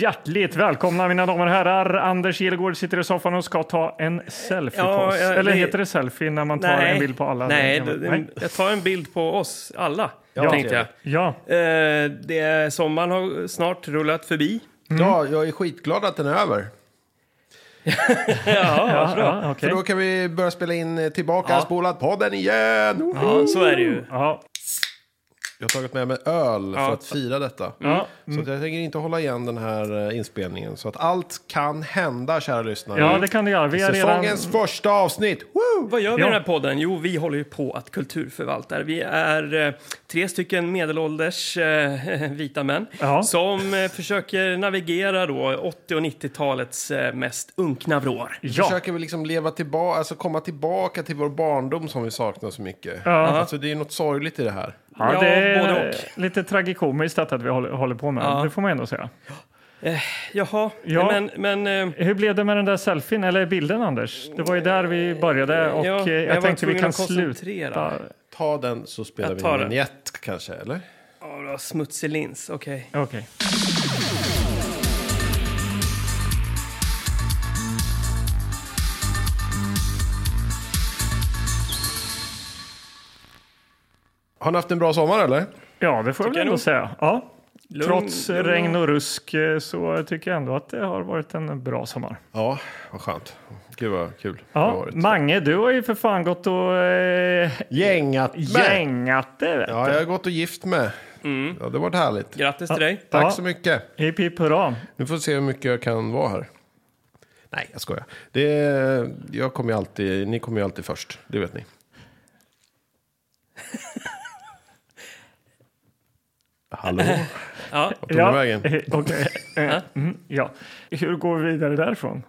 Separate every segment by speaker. Speaker 1: Hjärtligt välkomna mina damer och herrar. Anders Gillegård sitter i soffan och ska ta en selfie-post.
Speaker 2: Ja, ja,
Speaker 1: Eller
Speaker 2: det-
Speaker 1: heter det selfie när man tar en bild på alla?
Speaker 2: Nej,
Speaker 1: Det kan man-
Speaker 2: det- jag tar en bild på oss alla,
Speaker 3: Ja.
Speaker 2: tänkte jag.
Speaker 1: Ja,
Speaker 2: Eh, det, är- sommaren har snart rullat förbi.
Speaker 1: Mm.
Speaker 3: Ja, jag är skitglad att den är över.
Speaker 1: ja, ja,
Speaker 3: För
Speaker 1: okej.
Speaker 3: då kan vi börja spela in eh, tillbaka
Speaker 2: Ja.
Speaker 3: spolad podden igen.
Speaker 2: Ja, så är det ju.
Speaker 1: Ja,
Speaker 3: Jag har tagit med mig öl
Speaker 2: Ja.
Speaker 3: för att fira detta. Mm.
Speaker 1: ja. Mm.
Speaker 3: Så att jag tänker inte hålla igen den här eh, inspelningen. Så att allt kan hända, kära lyssnare.
Speaker 1: ja, det kan det göra. Vi är redan...
Speaker 3: Säsongens första avsnitt! Woo!
Speaker 2: Vad gör vi i
Speaker 1: Ja.
Speaker 2: den här podden? Jo, vi håller ju på att kulturförvalta. Vi är eh, tre stycken medelålders eh, vita män
Speaker 1: Ja.
Speaker 2: som eh, försöker navigera då 80 och 90-talets eh, mest unkna vrår.
Speaker 1: Ja,
Speaker 3: Försöker vi liksom leva tillbaka, alltså komma tillbaka till vår barndom som vi saknar så mycket.
Speaker 1: Ja.
Speaker 3: Alltså det är något sorgligt i det här.
Speaker 1: ja,
Speaker 2: Ja,
Speaker 1: det
Speaker 2: både
Speaker 1: är
Speaker 2: och.
Speaker 1: lite tragikomiskt detta att vi håller, håller på med.
Speaker 2: Ja.
Speaker 1: Det får man ändå säga.
Speaker 2: Eh, Jaha,
Speaker 1: Ja.
Speaker 2: men... men eh,
Speaker 1: Hur blev det med den där selfien, eller bilden Anders? Det var ju där vi började och
Speaker 2: Ja,
Speaker 1: eh,
Speaker 2: men jag
Speaker 1: jag,
Speaker 2: var
Speaker 1: tänkte vi
Speaker 2: tvungen
Speaker 1: kan
Speaker 2: att koncentrera
Speaker 1: sluta.
Speaker 2: mig.
Speaker 3: Ta den så spelar
Speaker 2: Jag
Speaker 3: vi
Speaker 2: tar
Speaker 3: en
Speaker 2: den.
Speaker 3: vignett kanske, eller?
Speaker 2: ja, det var smutsig lins, okej.
Speaker 1: Okej.
Speaker 3: Har ni haft en bra sommar eller?
Speaker 1: Ja, det får jag väl
Speaker 2: jag
Speaker 1: ändå
Speaker 2: nog.
Speaker 1: säga. Ja.
Speaker 2: Lugn-
Speaker 1: Trots
Speaker 2: lugn och-
Speaker 1: regn och rusk eh, så tycker jag ändå att det har varit en bra sommar.
Speaker 3: Ja, vad skönt. Gud vad kul det har
Speaker 1: Ja,
Speaker 3: varit.
Speaker 1: Mange, du har ju för fan gått och eh,
Speaker 3: Gängat med.
Speaker 1: gängat dig. vet
Speaker 3: Ja, jag har gått och gift med. Ja, det har varit härligt.
Speaker 2: Grattis till dig.
Speaker 3: Tack
Speaker 1: Ja.
Speaker 3: så mycket.
Speaker 1: du. Hipp hipp hurra.
Speaker 3: Nu får vi se hur mycket jag kan vara här. Nej, jag skojar. Det, jag kommer ju alltid, ni kommer ju alltid först, det vet ni. Hallå?
Speaker 2: Ja.
Speaker 3: tog
Speaker 1: ja.
Speaker 3: du vägen?
Speaker 1: eh, okej. Eh, mm, ja. Hur går vi vidare därifrån?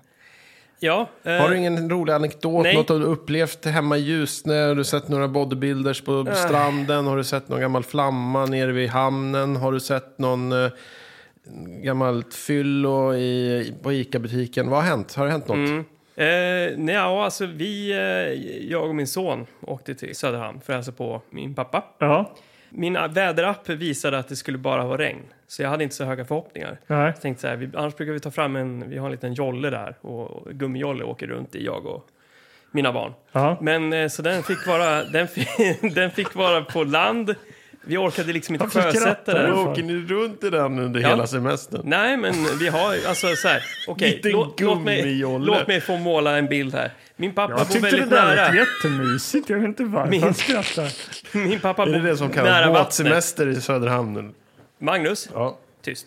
Speaker 2: Ja, eh,
Speaker 3: Har du ingen rolig anekdot?
Speaker 2: Nej.
Speaker 3: Något har du upplevt hemma i Ljusne? Har du sett några bodybuilders på
Speaker 2: Ah.
Speaker 3: stranden? Har du sett någon gammal flamma nere vid hamnen? Har du sett någon eh, gammalt fyllo i, på ICA-butiken? Vad har hänt? Har det hänt något?
Speaker 2: Mm. Eh, nej, ja, alltså vi, eh, jag och min son åkte till Söderhamn för att hälsa på min pappa.
Speaker 1: Ja,
Speaker 2: Min a- väderapp visade att det skulle bara vara regn, så jag hade inte så höga förhoppningar.
Speaker 1: nej.
Speaker 2: Jag tänkte så här, vi, annars brukar vi ta fram en, vi har en liten jolle där och, och gummijolle åker runt i jag och mina barn.
Speaker 1: Ja.
Speaker 2: Men eh, så den fick vara, den fi- den fick vara på land. Vi orkade liksom inte
Speaker 1: Varför
Speaker 2: sjösätta
Speaker 1: skrattar du?
Speaker 2: den.
Speaker 1: Jo.
Speaker 3: Åker ni runt i den under
Speaker 2: Ja.
Speaker 3: hela semestern?
Speaker 2: Nej, men vi har ju- alltså så här, okej,
Speaker 3: Liten
Speaker 2: låt, låt, mig,
Speaker 3: gummijolle.
Speaker 2: låt mig få måla en bild här. Min pappa
Speaker 1: Jag
Speaker 2: bor
Speaker 1: tyckte det
Speaker 2: väldigt
Speaker 1: där
Speaker 2: nära.
Speaker 1: lät jättemysigt. Jag vet inte varför
Speaker 2: Min-
Speaker 1: han skrattar.
Speaker 2: Min pappa
Speaker 3: Är det
Speaker 2: bor
Speaker 3: det som
Speaker 2: nära
Speaker 3: kallas
Speaker 2: vattnet.
Speaker 3: båtsemester i Söderhamn?
Speaker 2: Magnus,
Speaker 3: Ja.
Speaker 2: tyst.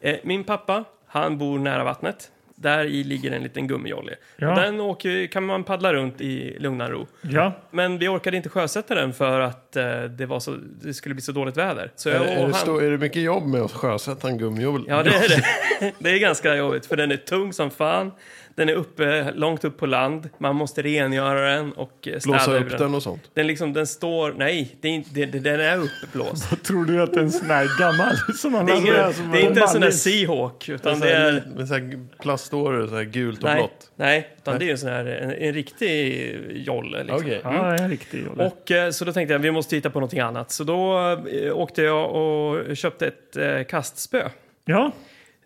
Speaker 2: Eh, min pappa, han bor nära vattnet. Där i ligger en liten gummijolle.
Speaker 1: Ja.
Speaker 2: Och Den åker, ju- kan man paddla runt i lugn och ro.
Speaker 1: Ja,
Speaker 2: Men vi orkade inte sjösätta den för att eh, det, var så, det skulle bli så dåligt väder. Så jag
Speaker 3: Är,
Speaker 2: och
Speaker 3: är, det
Speaker 2: han-
Speaker 3: stor, är det mycket jobb med att sjösätta en gummihjul?
Speaker 2: Ja, det är det. Det är ganska jobbigt, för den är tung som fan. Den är uppe, långt upp på land. Man måste rengöra den och eh, städa
Speaker 3: Blåsa
Speaker 2: ur
Speaker 3: upp den och sånt?
Speaker 2: Den, liksom, den står... Nej, det är inte, det, det- den är uppblåst.
Speaker 1: tror du att det är en sån här gammal som han
Speaker 2: Det är,
Speaker 1: har-
Speaker 2: ingen, det är inte en sån där
Speaker 1: Mallis?
Speaker 2: Seahawk, utan
Speaker 3: Alltså,
Speaker 2: det är...
Speaker 3: Med så här plaståre, så här gult och
Speaker 2: Nej,
Speaker 3: blått?
Speaker 2: nej, utan det är ju en sån här, en, en riktig jolle liksom.
Speaker 3: Okej.
Speaker 1: Ja, en riktig jolle.
Speaker 2: Och eh, så då tänkte jag vi måste hitta på någonting annat. Så då eh, åkte jag och köpte ett eh, kastspö.
Speaker 1: Ja,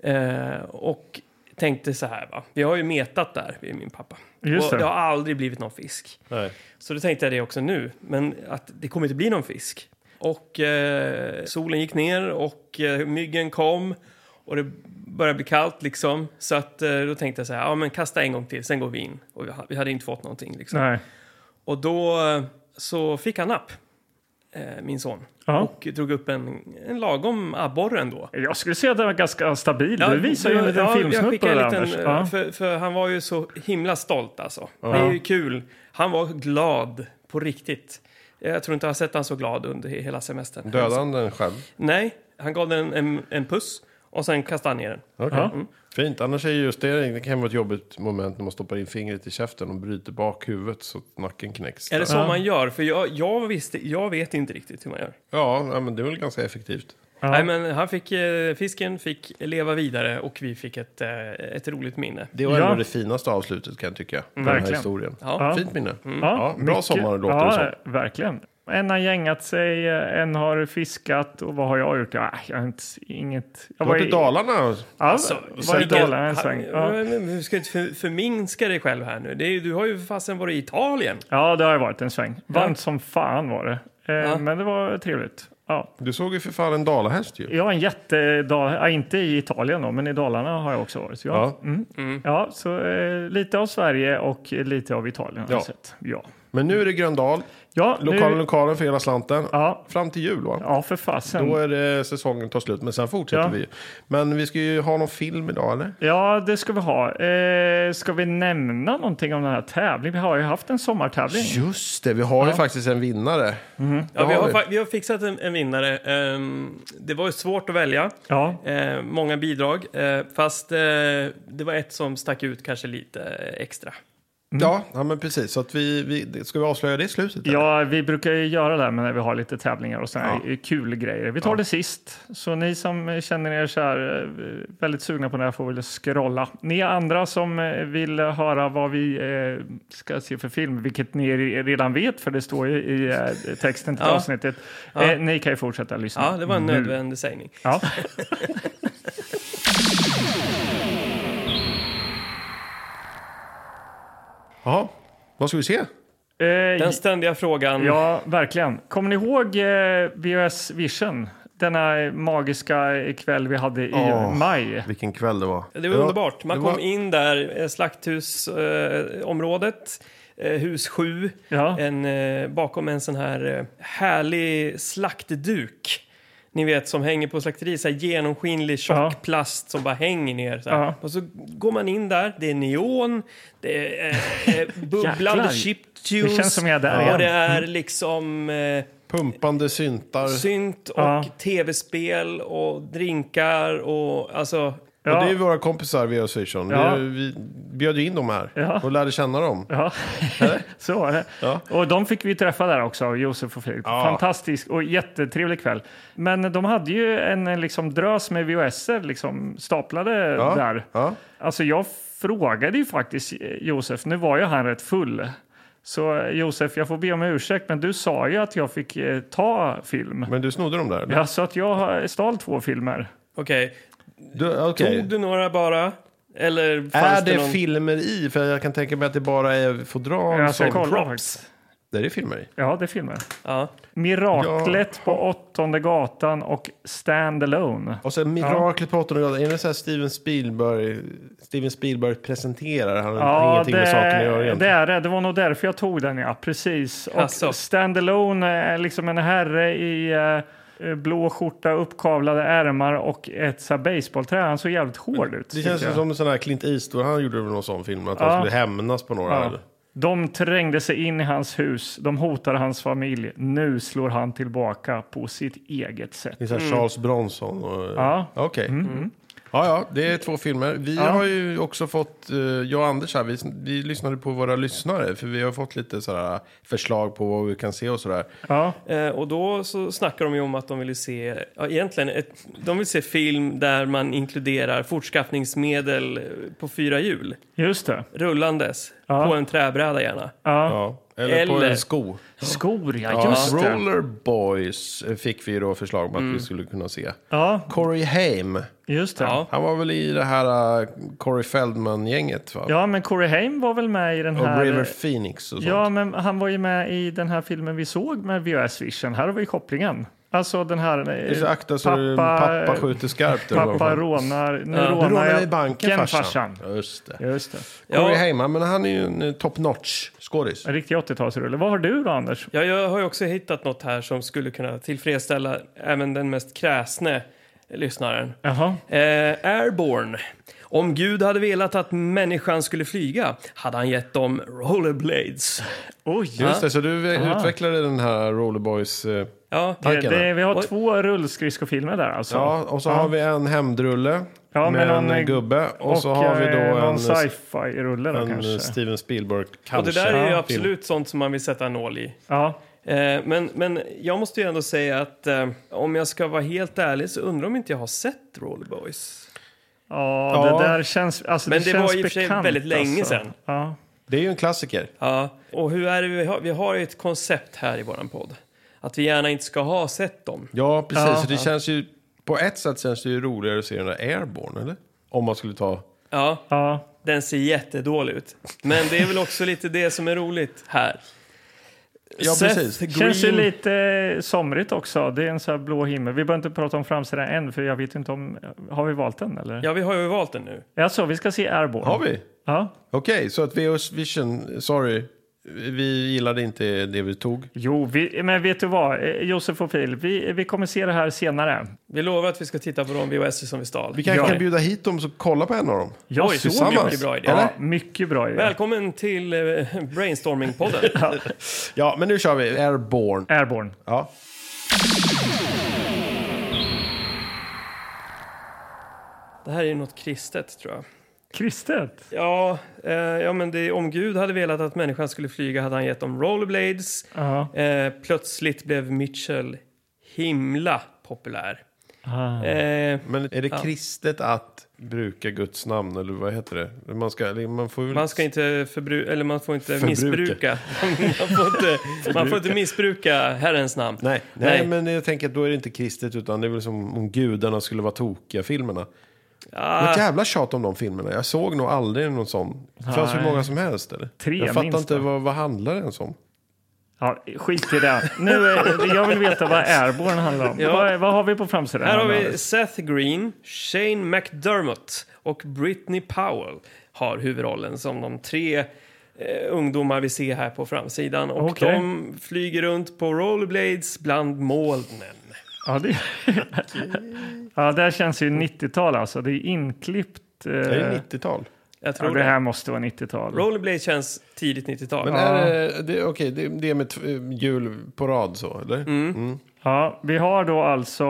Speaker 2: Eh, och tänkte så här va, vi har ju metat där, vi är min pappa.
Speaker 1: Just
Speaker 2: och
Speaker 1: det.
Speaker 2: det har aldrig blivit någon fisk.
Speaker 3: Nej.
Speaker 2: Så då tänkte jag det också nu, men att det kommer inte bli någon fisk. Och eh, solen gick ner och eh, myggen kom och det började bli kallt liksom. Så att eh, då tänkte jag så här, ja men kasta en gång till, sen går vi in. Och vi, ha- vi hade inte fått någonting liksom.
Speaker 1: nej.
Speaker 2: Och då eh, så fick han napp, eh, min son.
Speaker 1: Ja.
Speaker 2: Och drog upp en, en lagom abborre ändå.
Speaker 1: Jag skulle säga att den var ganska stabil. du visar ju en liten
Speaker 2: ja, jag
Speaker 1: filmsnutt på
Speaker 2: skickar
Speaker 1: det där,
Speaker 2: en
Speaker 1: Anders.
Speaker 2: liten, eh,
Speaker 1: Ja.
Speaker 2: för, för han var ju så himla stolt alltså. Det är ju kul. Han var glad på riktigt. Jag tror inte jag har sett han så glad under he- hela semestern.
Speaker 3: Dödade han den själv?
Speaker 2: Nej, han gav den en, en puss och sen kastade han ner den.
Speaker 3: Okej. Mm.
Speaker 1: Ja.
Speaker 3: Fint, annars är just det, det kan vara ett jobbigt moment när man stoppar in fingret i käften och bryter bak huvudet så att nacken knäcks.
Speaker 2: Är det så man gör? För jag, jag, visste, jag vet inte riktigt hur man gör.
Speaker 3: Ja, ja, men det är väl ganska effektivt.
Speaker 1: Ja.
Speaker 2: Nej, men han fick, eh, fisken fick leva vidare och vi fick ett, eh, ett roligt minne.
Speaker 3: Det var
Speaker 1: Ja.
Speaker 3: ändå det finaste avslutet kan jag tycka. på Den här
Speaker 1: Verkligen. Mm.
Speaker 3: historien.
Speaker 2: Ja.
Speaker 3: Fint minne.
Speaker 1: Ja,
Speaker 3: Ja, bra
Speaker 1: mycket-
Speaker 3: sommar låter
Speaker 1: ja,
Speaker 3: det som.
Speaker 1: Verkligen. En har gängat sig, en har fiskat och vad har jag gjort? Ja, jag har inte, inget. Jag
Speaker 3: Du var i Dalarna.
Speaker 1: Alltså, var i
Speaker 2: vilken-
Speaker 1: Dalarna en sväng.
Speaker 2: Ja,
Speaker 1: Ja.
Speaker 2: men Du ska inte för, förminska dig själv här nu. Det är, ju- du har ju för fasen varit i Italien.
Speaker 1: ja, det har jag varit en sväng. Varmt som fan var det. Eh, Men det var trevligt. Ja.
Speaker 3: Du såg ju för fan en dalahäst ju.
Speaker 1: Jag har en jättedal, ja, inte i Italien då, men i Dalarna har jag också varit. Ja, Mm.
Speaker 3: Ja.
Speaker 2: Mm.
Speaker 1: ja så eh, lite av Sverige och lite av Italien har
Speaker 3: Ja.
Speaker 1: jag sett. Ja,
Speaker 3: Men nu är det Gröndal.
Speaker 1: ja
Speaker 3: Lokalen,
Speaker 1: nu,
Speaker 3: lokalen för hela slanten.
Speaker 1: ja,
Speaker 3: Fram till jul va?
Speaker 1: ja för fasen.
Speaker 3: Då är det säsongen tar slut, men sen fortsätter
Speaker 1: Ja.
Speaker 3: vi ju. Men vi ska ju ha någon film idag eller?
Speaker 1: Ja, det ska vi ha. Eh, ska vi nämna någonting om den här tävlingen? Vi har ju haft en sommartävling.
Speaker 3: Just det, vi har ju faktiskt en vinnare.
Speaker 2: Ja, vi,
Speaker 3: har
Speaker 2: har,
Speaker 3: vi.
Speaker 2: fa- vi har fixat en, en vinnare. Ehm, det var ju svårt att välja.
Speaker 1: Ja,
Speaker 2: Ehm, många bidrag. Ehm, fast eh, det var ett som stack ut kanske lite eh, extra.
Speaker 3: Ja, ja, men precis. Så att vi, vi, det- ska vi avslöja det i slutet? eller?
Speaker 1: Ja, vi brukar ju göra det här med när vi har lite tävlingar och sådana här kul grejer. Vi tar det sist. Så ni som eh, känner er så här eh, väldigt sugna på det här får väl scrolla. Ni andra som eh, vill höra vad vi eh, ska se för film, vilket ni re- redan vet för det står ju i eh, texten till
Speaker 2: Ja.
Speaker 1: avsnittet. Eh, ni kan ju fortsätta lyssna.
Speaker 2: Ja, det var en nödvändig sägning.
Speaker 1: Ja.
Speaker 3: Jaha, vad ska vi se?
Speaker 1: Eh,
Speaker 2: Den ständiga frågan.
Speaker 3: Mm.
Speaker 1: Ja, verkligen. Kommer ni ihåg eh, VHS Vision? Denna magiska kväll vi hade i
Speaker 3: Åh.
Speaker 1: maj.
Speaker 3: Vilken kväll det var.
Speaker 2: Det var underbart. Man
Speaker 3: det
Speaker 2: kom
Speaker 3: var-
Speaker 2: in där, slakthusområdet, eh, området, eh, hus 7,
Speaker 1: Ja.
Speaker 2: en, eh, bakom en sån här eh, härlig slaktduk. Ni vet som hänger på slakteri, så här genomskinlig tjock
Speaker 1: Ja.
Speaker 2: plast som bara hänger ner. Så här.
Speaker 1: Ja.
Speaker 2: Och så går man in där, det är neon, det är eh, eh,
Speaker 1: Jäklar.
Speaker 2: bubblande chiptunes.
Speaker 1: Det känns som jag är där
Speaker 2: Och
Speaker 1: igen.
Speaker 2: det är liksom... Eh,
Speaker 3: Pumpande syntar.
Speaker 2: synt och
Speaker 1: Ja.
Speaker 2: tv-spel och drinkar och alltså...
Speaker 1: Ja.
Speaker 3: Och det är ju våra kompisar via Station.
Speaker 1: Ja.
Speaker 3: Vi, vi bjöd ju in dem här
Speaker 1: Ja.
Speaker 3: och lärde känna dem.
Speaker 1: Ja, så var det.
Speaker 3: Ja.
Speaker 1: Och de fick vi träffa där också, Josef och Filip.
Speaker 3: Ja.
Speaker 1: Fantastisk och jättetrevlig kväll. Men de hade ju en eh, liksom, drös med VHSer liksom, staplade
Speaker 3: Ja.
Speaker 1: där.
Speaker 3: Ja.
Speaker 1: Alltså jag frågade ju faktiskt eh, Josef, nu var ju han rätt full. Så eh, Josef, jag får be om ursäkt, men du sa ju att jag fick eh, ta film.
Speaker 3: Men du snodde dem där? eller?
Speaker 1: Ja, så att jag har- stal två filmer.
Speaker 2: Okej,
Speaker 3: Du, okej.
Speaker 2: tog du några bara? Eller fanns
Speaker 3: Är det,
Speaker 2: någon...
Speaker 3: filmer i? För jag kan tänka mig att det bara är fodral
Speaker 1: jag
Speaker 3: som...
Speaker 1: ska kolla
Speaker 2: props.
Speaker 1: faktiskt.
Speaker 3: Där är det filmer i.
Speaker 1: Ja, det är filmer.
Speaker 2: Ja.
Speaker 1: Miraklet på åttonde gatan och Stand Alone.
Speaker 3: Och sen Miraklet på åttonde graden. Är det så här Steven Spielberg, Steven Spielberg presenterar? Han har ingenting med saken att göra
Speaker 1: det
Speaker 3: egentligen.
Speaker 1: är det. Det var nog därför jag tog den, ja. Precis. Och
Speaker 2: Alltså.
Speaker 1: Standalone är liksom en herre i eh, blå skjorta, uppkavlade ärmar och ett så här, baseballträ. Han såg jävligt hård ut.
Speaker 3: Det
Speaker 1: tycker
Speaker 3: känns ju
Speaker 1: jag.
Speaker 3: som en sån här Clint Eastwood. Han gjorde väl någon sån film. Att
Speaker 1: Ja.
Speaker 3: han skulle hämnas på några.
Speaker 1: Ja.
Speaker 3: eller?
Speaker 1: De trängde sig in i hans hus, de hotade hans familj. Nu slår han tillbaka på sitt eget sätt.
Speaker 3: Det är så här Charles Bronson. Och...
Speaker 1: Mm. Ja. Mm.
Speaker 3: Okej. Ja, ja, det är två filmer. Vi har ju också fått, eh, jag och Anders här, vi, vi lyssnade på våra lyssnare. För vi har fått lite så här förslag på vad vi kan se och sådär.
Speaker 1: Ja,
Speaker 2: Eh, och då så snackar de ju om att de vill ju se, ja, egentligen, ett, de vill se film där man inkluderar fortskaffningsmedel eh, på fyra hjul,
Speaker 1: just det.
Speaker 2: rullandes,
Speaker 1: Ja.
Speaker 2: på en träbräda gärna.
Speaker 1: Ja.
Speaker 3: Ja. Eller, på
Speaker 2: Eller-
Speaker 3: en sko.
Speaker 1: Skor, ja.
Speaker 3: Ja,
Speaker 1: Just det. Mm.
Speaker 3: Roller Boys eh, fick vi ju då förslag om att vi skulle kunna se.
Speaker 1: Ja,
Speaker 3: Corey Haim,
Speaker 1: just det.
Speaker 2: Ja.
Speaker 1: Ja.
Speaker 3: han var väl i det här eh, Corey Feldman-gänget va?
Speaker 1: men Corey Haim var väl med i den här...
Speaker 3: Och River Phoenix och sånt.
Speaker 1: Ja, men han var ju med i den här filmen vi såg med VHS Vision. Här har vi kopplingen. Alltså den här... eh,
Speaker 3: Det är så akta så pappa, pappa skjuter skarpt. eller vad
Speaker 1: pappa
Speaker 3: fan.
Speaker 1: rånar... Nu
Speaker 2: Ja. Nu
Speaker 1: rånar,
Speaker 3: Nu rånar
Speaker 1: jag
Speaker 3: vi banken
Speaker 1: banken,
Speaker 3: farsan.
Speaker 1: farsan.
Speaker 3: Just det.
Speaker 1: Just det.
Speaker 2: Ja.
Speaker 3: Corey Haim, ja, men han är ju en eh, top notch skådis.
Speaker 1: En riktig 80-talsrulle. Vad har du då, Anders?
Speaker 2: Ja, jag har ju också hittat något här som skulle kunna tillfredsställa även den mest kräsne lyssnaren.
Speaker 1: Jaha.
Speaker 2: Eh, Airborne. Om Gud hade velat att människan skulle flyga hade han gett dem rollerblades.
Speaker 1: Oj!
Speaker 3: Just det, så du eh, utvecklade den här Rollerboys... eh,
Speaker 2: Ja,
Speaker 1: Det,
Speaker 3: tankarna.
Speaker 1: det, vi har
Speaker 2: Oj.
Speaker 1: två rullskridskofilmer där alltså.
Speaker 3: Ja, och så har vi en hämndrulle
Speaker 1: Ja,
Speaker 3: med
Speaker 1: men
Speaker 3: en
Speaker 1: någon,
Speaker 3: eh, gubbe. Och, så
Speaker 1: och,
Speaker 3: har vi
Speaker 1: eh,
Speaker 3: då
Speaker 1: någon
Speaker 3: en, eh,
Speaker 1: sci-fi-rulle då
Speaker 3: en eh,
Speaker 1: kanske.
Speaker 3: Steven Spielberg,
Speaker 2: Och
Speaker 3: kanske.
Speaker 2: det där är ju
Speaker 3: film.
Speaker 2: absolut sånt som man vill sätta en nål i.
Speaker 1: Ja.
Speaker 2: Eh, men, men jag måste ju ändå säga att eh, om jag ska vara helt ärlig så undrar om inte jag har sett Rollerboys.
Speaker 1: Ja,
Speaker 3: Ja.
Speaker 1: det där känns alltså,
Speaker 2: Men
Speaker 1: det
Speaker 2: det
Speaker 1: känns
Speaker 2: var i och för sig
Speaker 1: bekant,
Speaker 2: väldigt länge
Speaker 1: alltså.
Speaker 2: sedan.
Speaker 1: Ja.
Speaker 3: Det är ju en klassiker.
Speaker 2: Ja. Och hur är det vi har? Vi har ju ett koncept här i våran podd. Att vi gärna inte ska ha sett dem.
Speaker 3: Ja, precis.
Speaker 1: Ja.
Speaker 3: så det känns ju, på ett sätt känns det ju roligare att se den där Airborne, eller? Om man skulle ta...
Speaker 2: Ja,
Speaker 1: Ja,
Speaker 2: den ser jättedålig ut. Men det är väl också lite det som är roligt här.
Speaker 3: Ja,
Speaker 2: Seth
Speaker 3: precis.
Speaker 2: Green-
Speaker 1: Känns ju lite somrigt också. Det är en så här blå himmel. Vi behöver inte prata om framsidan än, för jag vet inte om... Har vi valt den eller?
Speaker 2: Ja, vi har ju valt den nu.
Speaker 1: Alltså, vi ska se Airborne.
Speaker 3: Har vi?
Speaker 1: Ja.
Speaker 3: Okej, så att VOS Vision, sorry. Vi gillade inte det vi tog.
Speaker 1: Jo, vi, men vet du vad, eh, Josef och Phil, vi, vi kommer se det här senare.
Speaker 2: Vi lovar att vi ska titta på de VHS som vi stal.
Speaker 3: Vi kanske
Speaker 1: Ja.
Speaker 3: kan bjuda hit dem så kolla på en av dem.
Speaker 1: Jag
Speaker 2: Oj,
Speaker 1: såg
Speaker 3: tillsammans.
Speaker 1: ju-
Speaker 2: Mycket bra idé.
Speaker 1: Ja, mycket bra idé.
Speaker 2: Välkommen till eh, Brainstorming-podden.
Speaker 3: Ja, men nu kör vi. Airborne.
Speaker 1: Airborne.
Speaker 3: Ja.
Speaker 2: Det här är ju något kristet, tror jag.
Speaker 1: Kristet?
Speaker 2: Ja, eh, ja men det, om Gud hade velat att människan skulle flyga hade han gett dem rollerblades.
Speaker 1: Ja.
Speaker 2: Eh, plötsligt blev Mitchell himla populär.
Speaker 1: Ah.
Speaker 2: Eh,
Speaker 3: Men är det kristet att bruka Guds namn, eller vad heter det? Man, ska, man får ju...
Speaker 2: man ska inte förbruka, eller man får inte
Speaker 3: Förbruka.
Speaker 2: missbruka. man, får inte, man får inte missbruka Herrens namn.
Speaker 3: Nej, nej,
Speaker 2: Nej.
Speaker 3: men jag tänker att då är det inte kristet, utan det är väl som om gudarna skulle vara tokiga, filmerna. Det var ett
Speaker 2: Ah,
Speaker 3: jävla tjat om de filmerna. Jag såg nog aldrig någon sån. Det fanns hur
Speaker 1: Nej.
Speaker 3: många som helst. Eller?
Speaker 1: Tre
Speaker 3: jag fattar
Speaker 1: minst,
Speaker 3: inte
Speaker 1: va?
Speaker 3: vad, vad handlar den som.
Speaker 1: Ja, skit i det. Nu, eh, jag vill veta vad Airborne handlar om.
Speaker 2: Ja.
Speaker 1: Vad, vad har vi på framsidan?
Speaker 2: här har
Speaker 1: Anders?
Speaker 2: vi Seth Green, Shane McDermott och Britney Powell har huvudrollen som de tre eh, ungdomar vi ser här på framsidan. Och
Speaker 1: Okej.
Speaker 2: de flyger runt på rollerblades bland molnen.
Speaker 1: Ja, det, ja, det här känns ju 90-tal alltså. Det är inklippt. eh,
Speaker 3: Det är 90-tal.
Speaker 2: Jag
Speaker 1: ja,
Speaker 2: tror
Speaker 1: det
Speaker 2: det.
Speaker 1: här måste vara 90-tal.
Speaker 2: Rollerblade känns tidigt 90-tal.
Speaker 3: Men är det, det, okej, det, det är med tv- jul på rad så, eller?
Speaker 1: Ja, vi har då alltså,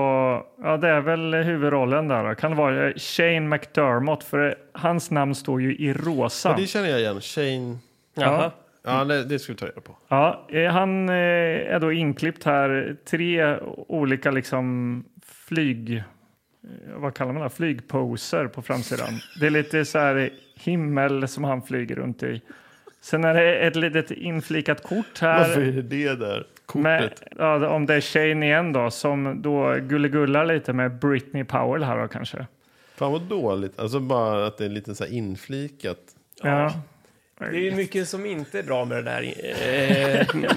Speaker 1: ja det är väl huvudrollen där då. Kan det vara eh, Shane McDermott? För eh, hans namn står ju i rosa.
Speaker 3: Ja, det känner jag igen. Shane...
Speaker 2: Jaha.
Speaker 3: Ja, det, det ska vi ta reda på.
Speaker 1: Ja, eh, han eh, är då inklippt här. Tre olika liksom flyg... eh, Vad kallar man det? Flygposer på framsidan. Det är lite så här himmel som han flyger runt i. Sen är det ett litet inflikat kort
Speaker 3: Varför
Speaker 1: här.
Speaker 3: är det det där
Speaker 1: Med,
Speaker 3: kortet?
Speaker 1: ja, om det är Shane igen då, som då gullegullar lite med Britney Powell här då kanske.
Speaker 3: Fan vad dåligt. Alltså bara att det är lite så här inflikat.
Speaker 1: Ja.
Speaker 2: Det är ju mycket som inte är bra med det där, eh, den här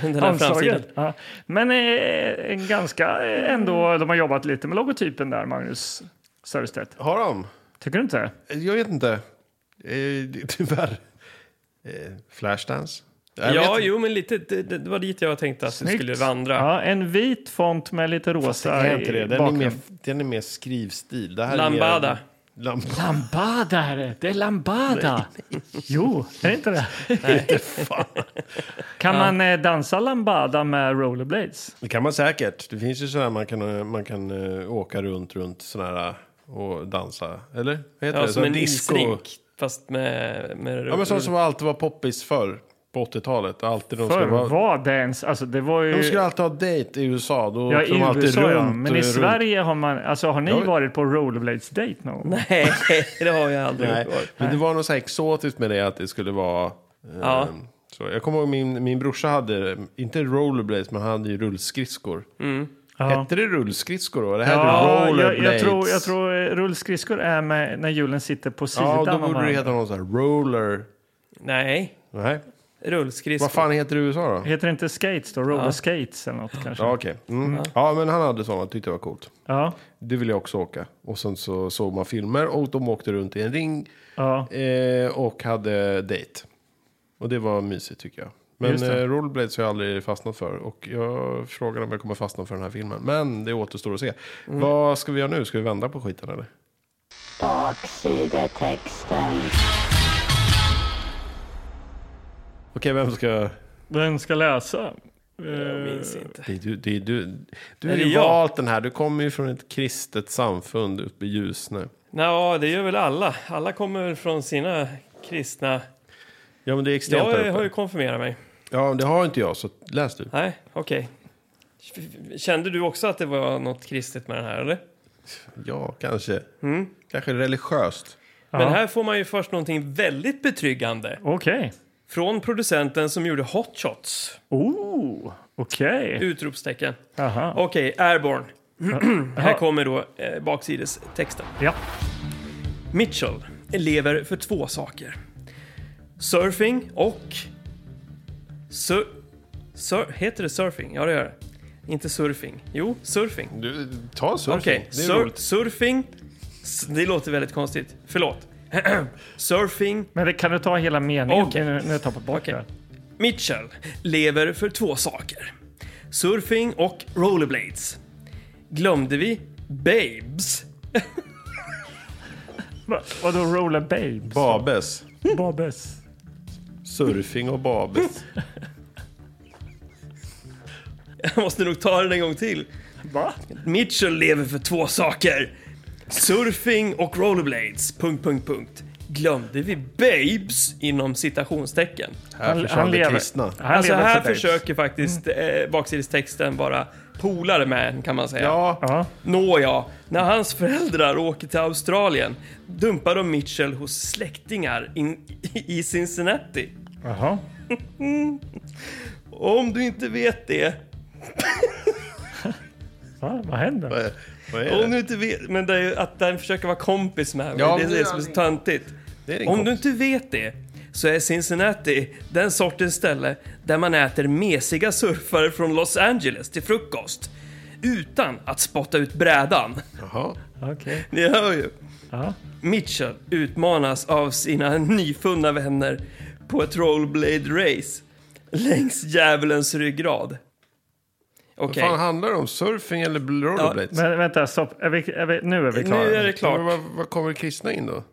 Speaker 2: framsidan.
Speaker 1: Anslaget. Ja. Men eh, en ganska eh, ändå, de har jobbat lite med logotypen där, Magnus Söderstedt.
Speaker 3: Har de?
Speaker 1: Tycker du inte?
Speaker 3: Jag vet inte. Eh, tyvärr. Eh, Flashdance? Jag vet
Speaker 2: Ja,
Speaker 3: inte.
Speaker 2: jo, men lite, det, det var dit jag tänkte att vi
Speaker 1: Snyggt.
Speaker 2: skulle vandra.
Speaker 1: Ja, en vit font med lite
Speaker 3: Det
Speaker 1: rosa
Speaker 3: är inte det.
Speaker 1: i
Speaker 3: Den är,
Speaker 1: bakgrund.
Speaker 3: mer, den är mer skrivstil. Det här
Speaker 2: Lambada.
Speaker 3: Är mer, Lam-
Speaker 1: Lambada är det! Det är lambada! Jo, är det inte det? Kan man eh, dansa lambada med rollerblades?
Speaker 3: det kan man säkert. Det finns ju sådär man kan, eh, man kan eh, åka runt, runt sådär eh, och dansa. Eller? Vad heter
Speaker 2: Ja,
Speaker 3: det?
Speaker 2: som
Speaker 3: Sån
Speaker 2: en
Speaker 3: disco.
Speaker 2: isrink, fast med... med
Speaker 3: Ja, men sånt som alltid var poppis förr. På 80-talet. Alltid de
Speaker 1: För
Speaker 3: skulle vara...
Speaker 1: var det ens? Alltså, det var
Speaker 3: De
Speaker 1: ju...
Speaker 3: skulle alltid ha dejt i USA. Då
Speaker 1: Ja,
Speaker 3: åkte de
Speaker 1: i
Speaker 3: alltid
Speaker 1: USA,
Speaker 3: runt.
Speaker 1: ja. Men
Speaker 3: eh,
Speaker 1: i
Speaker 3: runt.
Speaker 1: Sverige har man... Alltså, har ni
Speaker 3: Ja.
Speaker 1: varit på rollerblades-date någon gång?
Speaker 2: Nej, det har jag aldrig
Speaker 3: Nej,
Speaker 2: varit.
Speaker 3: men det var något så här exotiskt med det att det skulle vara... eh,
Speaker 2: Ja.
Speaker 3: Så jag kommer ihåg min, min brorsa hade, inte rollerblades, men han hade ju rullskridskor.
Speaker 2: Mm.
Speaker 1: Ja.
Speaker 3: Hette det rullskridskor då? Det här
Speaker 1: Ja,
Speaker 3: ja,
Speaker 1: jag,
Speaker 3: rollerblades.
Speaker 1: jag, tror, jag tror eh, rullskridskor är med när hjulen sitter på sidan.
Speaker 3: Ja, då
Speaker 1: av
Speaker 3: borde det
Speaker 1: varandra.
Speaker 3: heta någon sån här roller...
Speaker 2: Nej,
Speaker 3: Nej.
Speaker 2: rullskridskor.
Speaker 3: Vad fan heter det i USA då?
Speaker 1: Heter det inte skates då? Roller skates eller något kanske?
Speaker 3: Ja, okej. Mm. Ja, men han hade såna, tyckte det var coolt.
Speaker 1: Ja,
Speaker 3: Det ville jag också åka. Och sen så såg man filmer och de åkte runt i en ring
Speaker 1: ja.
Speaker 3: eh, och hade dejt. Och det var mysigt tycker jag. Men
Speaker 1: Just det.
Speaker 3: eh, rollerblades har jag aldrig fastnat för. Och jag frågar om jag kommer fastna för den här filmen. Men det återstår att se.
Speaker 2: Mm.
Speaker 3: Vad ska vi göra nu? Ska vi vända på skiten eller?
Speaker 4: Baksidetexten.
Speaker 3: Okej, vem ska...
Speaker 1: Vem ska läsa? Eh,
Speaker 2: Jag minns inte.
Speaker 3: Det är du, det är du. du har
Speaker 2: Är det
Speaker 3: ju
Speaker 2: jag?
Speaker 3: valt den här. Du kommer ju från ett kristet samfund uppe i Ljusne.
Speaker 2: Nå, det gör väl alla. Alla kommer väl från sina kristna...
Speaker 3: Ja, men det är extremt
Speaker 2: Jag
Speaker 3: där
Speaker 2: har ju
Speaker 3: uppe.
Speaker 2: konfirmerat mig.
Speaker 3: Ja, men det har inte jag, så läs du.
Speaker 2: Nej, okej. Kände du också att det var något kristet med den här, eller?
Speaker 3: Ja, kanske. Mm. Kanske religiöst.
Speaker 1: Ja.
Speaker 2: Men här får man ju först någonting väldigt betryggande.
Speaker 1: Okej.
Speaker 2: Från producenten som gjorde Hot Shots!
Speaker 1: Oh, okej.
Speaker 2: Utropstecken.
Speaker 1: Jaha.
Speaker 2: Okej, Airborne. Här
Speaker 1: Jaha.
Speaker 2: kommer då eh, baksides texten.
Speaker 1: Ja.
Speaker 2: Mitchell lever för två saker. Surfing och... Sur... sur heter det surfing? Ja, det gör det. Inte surfing. Jo, surfing.
Speaker 3: Du, ta surfing.
Speaker 2: Okej,
Speaker 3: Det är
Speaker 2: sur-
Speaker 3: roligt.
Speaker 2: surfing. S- Det låter väldigt konstigt. Förlåt. surfing
Speaker 1: Men det kan du ta hela meningen?
Speaker 2: Okej.
Speaker 1: Nu, nu tappar jag bort
Speaker 2: Okej.
Speaker 1: det.
Speaker 2: Mitchell lever för två saker. Surfing och rollerblades. Glömde vi babes?
Speaker 1: Va- Vadå roller babes?
Speaker 3: Babes.
Speaker 1: Babes?
Speaker 3: Surfing och babes.
Speaker 2: Jag måste nog ta den en gång till.
Speaker 1: Va?
Speaker 2: Mitchell lever för två saker. Surfing och rollerblades. Punkt, punkt, punkt. Glömde vi babes inom citationstecken?
Speaker 3: Här försvann det kristna.
Speaker 1: han
Speaker 2: alltså
Speaker 1: lever
Speaker 2: här
Speaker 1: för babes.
Speaker 2: försöker faktiskt eh, baksidestexten vara polare med en, kan man säga.
Speaker 3: Ja,
Speaker 1: Ja.
Speaker 2: Nåja, när hans föräldrar åker till Australien dumpar de Mitchell hos släktingar in, i Cincinnati.
Speaker 1: Jaha.
Speaker 2: Om du inte vet det,
Speaker 1: Va? Vad händer?
Speaker 3: vad är- vad är
Speaker 2: om
Speaker 3: det?
Speaker 2: du inte vet, men det är ju att den försöker vara kompis med
Speaker 3: Ja,
Speaker 2: honom. det är
Speaker 3: men
Speaker 2: det som är så töntigt.
Speaker 3: Det är din
Speaker 2: Om du
Speaker 3: kompis.
Speaker 2: inte vet det så är Cincinnati den sortens ställe där man äter mesiga surfare från Los Angeles till frukost utan att spotta ut brädan.
Speaker 3: Jaha.
Speaker 1: Okej.
Speaker 2: Ni hör ju.
Speaker 1: Ja.
Speaker 2: Mitchell utmanas av sina nyfunna vänner på ett rollblade-race längs djävulens ryggrad. Okej,
Speaker 3: Fan, handlar det om surfing eller rollerblades?
Speaker 1: Men vänta, stopp. Är vi, är vi, nu är vi
Speaker 2: nu
Speaker 1: klara.
Speaker 2: är det
Speaker 3: Men
Speaker 2: klart.
Speaker 3: vad, vad kommer kristna in då?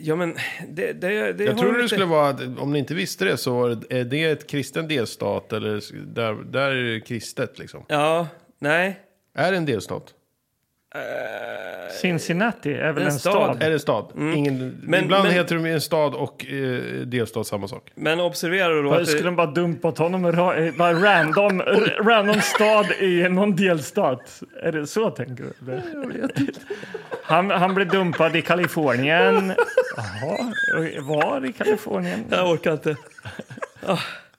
Speaker 2: Ja, men det, det, det
Speaker 3: Jag
Speaker 2: har
Speaker 3: trodde
Speaker 2: lite-
Speaker 3: det skulle vara att om ni inte visste det så var det, är det ett kristen delstat eller s- där, där är det kristet liksom.
Speaker 2: Ja, nej. Eh,
Speaker 3: Är det en delstat?
Speaker 1: Cincinnati är väl
Speaker 2: En
Speaker 1: en,
Speaker 2: stad.
Speaker 1: stad?
Speaker 3: Är det en stad? Ingen,
Speaker 2: Mm. Men-
Speaker 3: ibland
Speaker 2: men-
Speaker 3: heter de en stad och eh, delstat samma sak.
Speaker 2: Men observera då
Speaker 1: Varför
Speaker 2: att
Speaker 1: skulle
Speaker 2: det,
Speaker 1: de bara dumpat honom? och ra- eh, Bara random, r- random stad i någon delstat? Är det så tänker du? Han, han blev dumpad i Kalifornien. Jaha, och var i Kalifornien?
Speaker 2: jag orkar inte.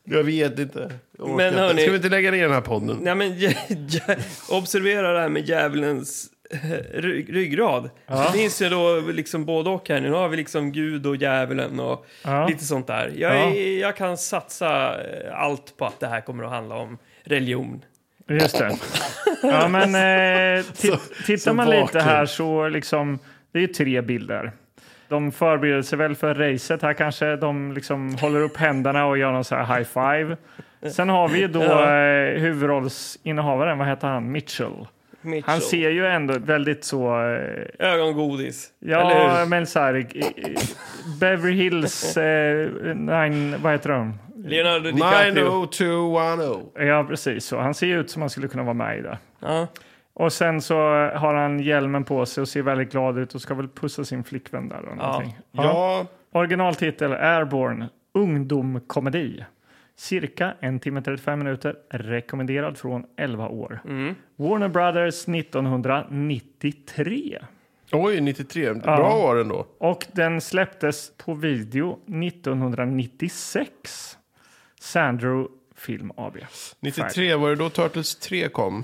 Speaker 3: Jag vet inte. Jag orkar
Speaker 2: Men
Speaker 3: inte.
Speaker 2: hörni-
Speaker 3: Ska vi inte lägga ner den här podden?
Speaker 2: Nej, men djä- djä- observera det här med djävulens eh, rygg, ryggrad. Det finns ju då liksom både och här nu. Nu har vi liksom Gud och djävulen och
Speaker 1: Ja.
Speaker 2: lite sånt där. Jag, är-
Speaker 1: Ja.
Speaker 2: jag kan satsa eh, allt på att det här kommer att handla om religion.
Speaker 1: Just det. Ja, men, eh, ti- tittar
Speaker 3: så
Speaker 1: man lite
Speaker 3: vaken.
Speaker 1: här så liksom, det är ju tre bilder. De förbereder sig väl för racet här kanske. De liksom håller upp händerna och gör någon så här high five. Sen har vi ju då
Speaker 2: Ja.
Speaker 1: eh, huvudrollsinnehavaren, vad heter han? Mitchell.
Speaker 2: Mitchell.
Speaker 1: Han ser ju ändå väldigt så... Eh,
Speaker 2: Ögongodis. Eller
Speaker 1: ja, ehm,
Speaker 2: hur?
Speaker 1: men så här... i- i- Beverly Hills... Eh, nine, vad heter de?
Speaker 2: Leonardo DiCaprio.
Speaker 3: 90210.
Speaker 1: Ja, precis. Så. Han ser ju ut som han skulle kunna vara med i det.
Speaker 2: Ja.
Speaker 1: Och sen så har han hjälmen på sig och ser väldigt glad ut och ska väl pussa sin flickvän där. Eller någonting.
Speaker 3: Ja,
Speaker 1: Originaltitel Airborne, ungdomskomedi. Cirka 1 timme 35 minuter, rekommenderad från 11 år.
Speaker 3: Mm.
Speaker 1: Warner Brothers 1993.
Speaker 3: oj 93. Bra år ändå.
Speaker 1: Och den släpptes på video 1996. Sandro Film AB.
Speaker 3: 93, var det då Turtles 3 kom?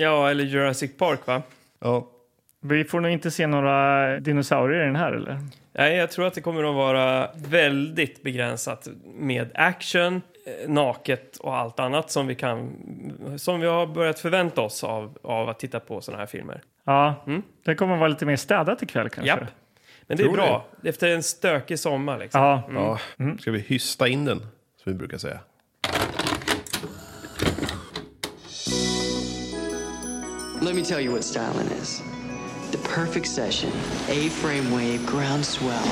Speaker 2: ja, eller Jurassic Park va?
Speaker 3: Ja.
Speaker 1: Vi får nog inte se några dinosaurier i den här eller?
Speaker 2: Nej, jag tror att det kommer att vara väldigt begränsat med action, eh, naket och allt annat som vi, kan, som vi har börjat förvänta oss av, av att titta på sådana här filmer.
Speaker 1: Ja, det kommer vara lite mer städat ikväll kanske.
Speaker 2: Mm. Japp. Men det är
Speaker 3: Tror
Speaker 2: bra, efter en stökig sommar. Liksom.
Speaker 1: Ja,
Speaker 3: ja. Ska vi hysta in den, som vi brukar säga?
Speaker 4: Let me tell you what styling is. The perfect session. A-frame wave, ground swell,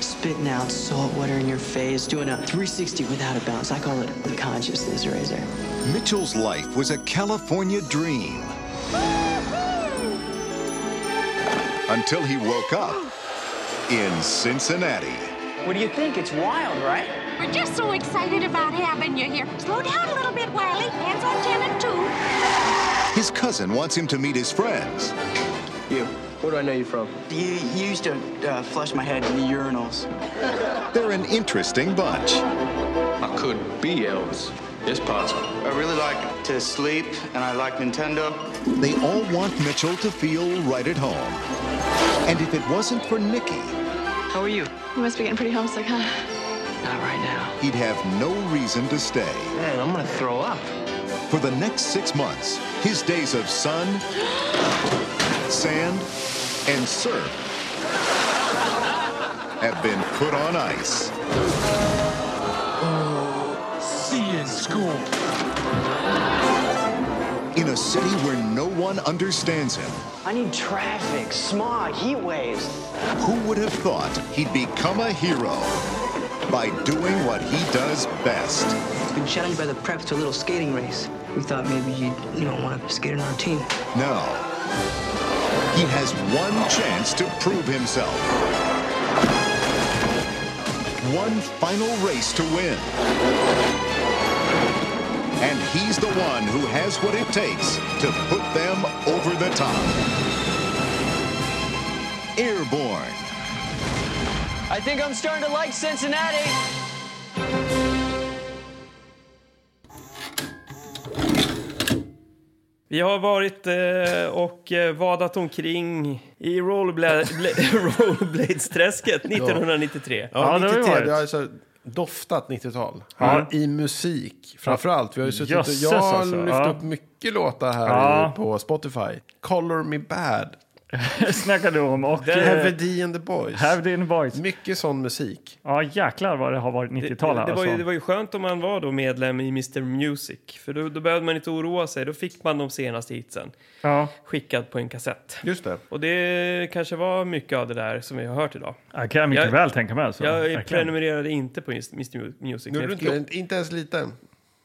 Speaker 4: spitting out salt water in your face, doing a 360 without a bounce. I call it the consciousness razor.
Speaker 5: Mitchell's life was a California dream. Until he woke up in Cincinnati.
Speaker 4: What do you think? It's wild, right?
Speaker 6: We're just so excited about having you here. Slow down a little bit, Wiley. Hands on 10 and 2.
Speaker 5: His cousin wants him to meet his friends. You.
Speaker 7: Where do I know you from?
Speaker 4: You used to uh, flush my head in the urinals.
Speaker 5: They're an interesting bunch.
Speaker 7: I could be Elvis. It's possible.
Speaker 8: I really like to sleep, and I like Nintendo.
Speaker 5: They all want Mitchell to feel right at home. And if it wasn't for Nikki,
Speaker 4: How are you?
Speaker 9: You must be getting pretty homesick, huh?
Speaker 4: Not right now.
Speaker 5: he'd have no reason to stay.
Speaker 7: Man, I'm gonna throw up.
Speaker 5: For the next six months, his days of sun, sand, and surf have been put on ice.
Speaker 7: See you in school.
Speaker 5: In a city where no one understands him,
Speaker 4: I need traffic, smog, heat waves.
Speaker 5: who would have thought he'd become a hero by doing what he does best?
Speaker 4: Been challenged by the preps to a little skating race. We thought maybe you'd, you know, want to skate on our team.
Speaker 5: Now, he has one chance to prove himself. One final race to win. And he's the one who has what it takes to put them over the top. Airborne,
Speaker 4: I think I'm starting to like Cincinnati.
Speaker 2: Vi har varit eh, och eh, vadat omkring i rollerbla- bla- Rollerblades-träsket 1993.
Speaker 1: Ja, det har ju
Speaker 3: 93.
Speaker 1: varit.
Speaker 3: Det har alltså doftat 90-tal.
Speaker 1: Ja.
Speaker 3: I musik framförallt. Vi har ju suttit
Speaker 1: Jösses,
Speaker 3: och jag har
Speaker 1: alltså.
Speaker 3: lyft
Speaker 1: Ja.
Speaker 3: upp mycket låtar här
Speaker 1: Ja.
Speaker 3: på Spotify. Color Me Bad,
Speaker 1: snackar du om. Och,
Speaker 3: Have
Speaker 1: eh,
Speaker 3: D and the Boys.
Speaker 1: have the voice.
Speaker 3: Mycket sån musik.
Speaker 1: Ja, jäklar vad det har varit
Speaker 2: Det,
Speaker 1: 90-tal här.
Speaker 2: det, var ju, det
Speaker 1: Alltså.
Speaker 2: var ju skönt om man var då medlem i Mr Music, för då, då behövde man inte oroa sig. Då fick man de senaste hitsen
Speaker 1: Ja,
Speaker 2: skickad på en kassett.
Speaker 3: Just det.
Speaker 2: Och det kanske var mycket av det där som vi har hört idag.
Speaker 1: det kan jag mycket
Speaker 2: Jag-
Speaker 1: väl tänka mig. Alltså.
Speaker 2: Jag
Speaker 1: Verkligen.
Speaker 2: prenumererade inte på Mr Music. men
Speaker 3: Gjorde
Speaker 2: jag
Speaker 3: du
Speaker 2: fick
Speaker 3: inte, det? inte ens lite.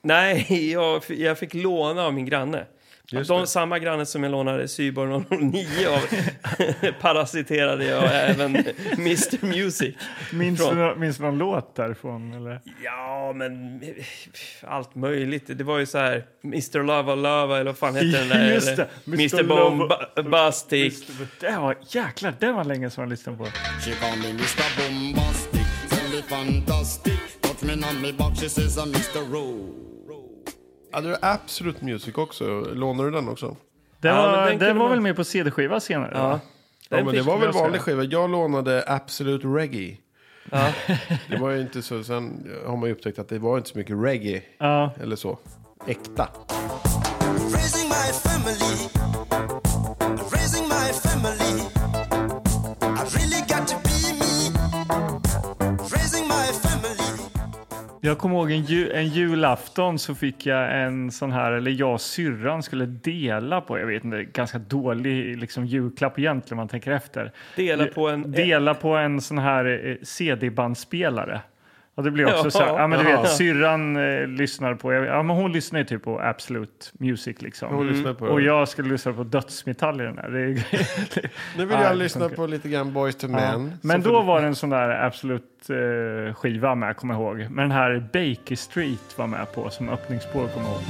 Speaker 2: Nej, jag, f- jag fick låna av min granne.
Speaker 3: Just
Speaker 2: De,
Speaker 3: det.
Speaker 2: samma granne som jag lånade Cyborg 09 av parasiterade jag även Mr Music.
Speaker 1: Minns,
Speaker 2: Från-
Speaker 1: du, nå- minns du någon låt därifrån? Eller?
Speaker 2: Ja, men eh, allt möjligt. Det var ju så här Mr Lava Lava eller vad fan hette den där?
Speaker 1: Just
Speaker 2: eller
Speaker 1: det,
Speaker 2: Mr
Speaker 1: Mr.
Speaker 2: Bombastic.
Speaker 1: Det var, jäklar, det var länge sedan jag lyssnade på.
Speaker 10: She call me Mr. Bombastic, tell me fantastic. Touch me on me back, she says I'm Mr. Rowe.
Speaker 3: Hade du Absolute Music också? Lånade du den också?
Speaker 1: Den
Speaker 2: Ja, men
Speaker 1: var,
Speaker 2: den
Speaker 1: den
Speaker 2: kunde
Speaker 1: var
Speaker 2: man-
Speaker 1: väl med på CD-skiva senare?
Speaker 2: Ja,
Speaker 1: va?
Speaker 3: Ja,
Speaker 2: Den
Speaker 3: men det
Speaker 2: fick
Speaker 3: var
Speaker 2: vi
Speaker 3: väl
Speaker 2: också.
Speaker 3: vanlig skiva. Jag lånade Absolute Reggae. Det var ju inte så. Sen har man ju upptäckt att det var inte så mycket reggae.
Speaker 1: Ja.
Speaker 3: Eller så. Äkta.
Speaker 10: Raising my family, raising my family. I really got to be me. Raising my family.
Speaker 1: Jag kommer ihåg en, ju, en julafton så fick jag en sån här, eller jag och syrran skulle dela på, jag vet inte, ganska dålig liksom, julklapp egentligen om man tänker efter.
Speaker 2: Dela på en-
Speaker 1: Dela på en sån här eh, CD-bandspelare. Och det blev också
Speaker 2: Ja.
Speaker 1: så här, ja men du
Speaker 2: Jaha.
Speaker 1: vet syrran eh, lyssnar på, jag- ja men hon lyssnar ju typ på Absolute Music liksom.
Speaker 3: Hon lyssnar på-
Speaker 1: Och jag skulle lyssna på dödsmetall i den här. Det är,
Speaker 3: Nu vill
Speaker 1: Ja,
Speaker 3: jag
Speaker 1: det
Speaker 3: lyssna
Speaker 1: funkar.
Speaker 3: på lite grann Boys to Men.
Speaker 1: Men
Speaker 3: Så
Speaker 1: då
Speaker 3: får-
Speaker 1: var det en sån där absolut eh, skiva med, kommer jag ihåg. Men den här Baker Street var med på som öppningsspår, kommer jag ihåg.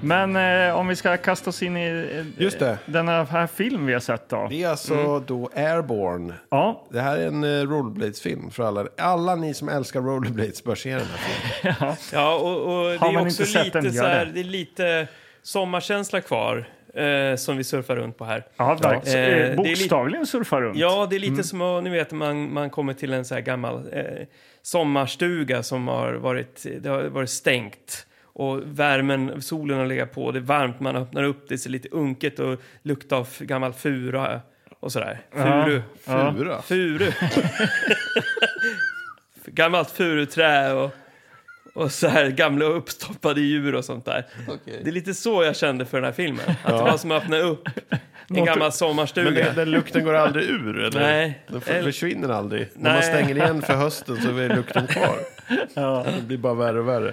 Speaker 1: Men eh, om vi ska kasta oss in i eh,
Speaker 3: Just det.
Speaker 1: den här film vi har sett då.
Speaker 3: Det är alltså då Airborne.
Speaker 1: Mm. Ja,
Speaker 3: Det här är en eh, Rollerblades-film för alla. Alla ni som älskar Rollerblades bör se den här filmen.
Speaker 2: Ja, och, och det
Speaker 1: Har
Speaker 2: är
Speaker 1: man
Speaker 2: också
Speaker 1: inte sett
Speaker 2: lite
Speaker 1: den,
Speaker 2: så
Speaker 1: gör
Speaker 2: här,
Speaker 1: det.
Speaker 2: det är lite sommarkänsla kvar eh, som vi surfar runt på här.
Speaker 1: Ja, Mm. verkligen.
Speaker 2: Eh, det är
Speaker 1: Eh,
Speaker 2: li-
Speaker 1: Bokstavligen surfa runt.
Speaker 2: Ja, det är lite som att, ni vet, man, man kommer till en så här gammal eh, sommarstuga som har varit, det har varit stängt. Och värmen, solen har legat på, det är varmt, man öppnar upp, det ser lite unket och luktar av gammal fura och sådär. Furu.
Speaker 3: Fura.
Speaker 2: Furu. Gammalt furuträ och, och så här gamla uppstoppade djur och sånt där. Det är lite så jag kände för den här filmen. Att det var som att öppna upp en gammal sommarstuga.
Speaker 3: Men det, den lukten går aldrig ur, eller?
Speaker 2: Nej.
Speaker 3: Den för- försvinner aldrig. När
Speaker 2: Nej.
Speaker 3: man stänger igen för hösten så är lukten kvar. Det blir bara värre och värre.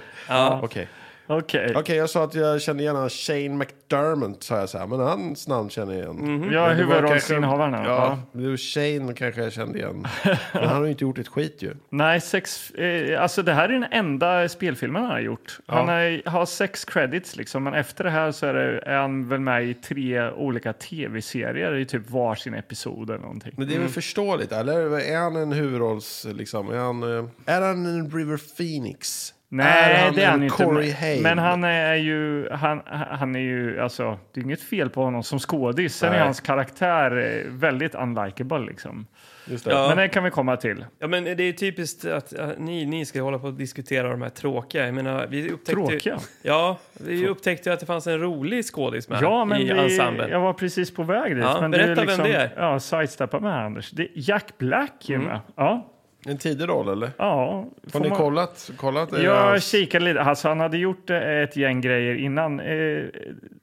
Speaker 3: Okej.
Speaker 1: Okej.
Speaker 3: Okej, jag sa att jag kände igen han Shane McDermott, sa jag så här, men hans namn känner jag igen.
Speaker 1: Ja,
Speaker 3: Men det var
Speaker 1: huvudrollsinnehavaren.
Speaker 3: kanske-
Speaker 1: Mhm. Ja.
Speaker 3: Ja, du Shane kanske jag kände igen. Men han har ju inte gjort ett skit ju.
Speaker 1: Nej, sex, eh, alltså det här är den enda spelfilmen han har gjort. Han har, har sex credits, liksom, men efter det här så är, det, är han väl med i tre olika tv-serier i typ varsin episod eller någonting.
Speaker 3: Men det är väl förståeligt, eller? Är han en huvudrolls... Liksom, är, han, eh, är han en River Phoenix?
Speaker 1: Nej,
Speaker 3: är han
Speaker 1: det är
Speaker 3: en
Speaker 1: han ju inte.
Speaker 3: Corey
Speaker 1: Men-
Speaker 3: Haim?
Speaker 1: Men han är ju, han, han är ju, alltså, det är inget fel på honom som skådis. Sen är
Speaker 3: Nej.
Speaker 1: hans karaktär eh, väldigt unlikable liksom.
Speaker 3: Just det.
Speaker 2: Ja.
Speaker 1: Men det kan vi komma till.
Speaker 2: Ja, men det är typiskt att eh, ni, ni ska hålla på och diskutera de här tråkiga. Jag menar, vi upptäckte,
Speaker 1: Tråkiga?
Speaker 2: Ja, vi upptäckte ju att det fanns en rolig skådis med
Speaker 1: Ja, men
Speaker 2: i
Speaker 1: vi,
Speaker 2: ensemblen.
Speaker 1: jag var precis på väg dit.
Speaker 2: Ja,
Speaker 1: men
Speaker 2: berätta
Speaker 1: du
Speaker 2: vem det är. Mm.
Speaker 1: Ja, sidesteppa med här, Anders. Det är Jack Black är med. Ja,
Speaker 3: En tidig roll, eller?
Speaker 1: ja.
Speaker 3: Har
Speaker 1: får
Speaker 3: ni
Speaker 1: man-
Speaker 3: kollat? kollat är det
Speaker 1: Jag
Speaker 3: hans-
Speaker 1: kikade lite. Alltså, han hade gjort eh, ett gäng grejer innan. Eh,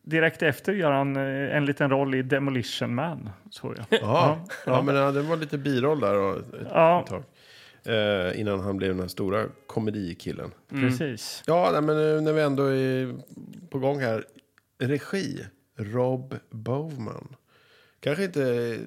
Speaker 1: direkt efter gör han eh, en liten roll i Demolition Man, tror jag.
Speaker 3: Jaha. Ja, men ja, det var lite biroll där och ett
Speaker 1: Ja.
Speaker 3: tag. Eh, innan han blev den här stora komedikillen.
Speaker 1: mm. Precis.
Speaker 3: Ja, nej, men nu när vi ändå är på gång här. Regi, Rob Bowman. Kanske inte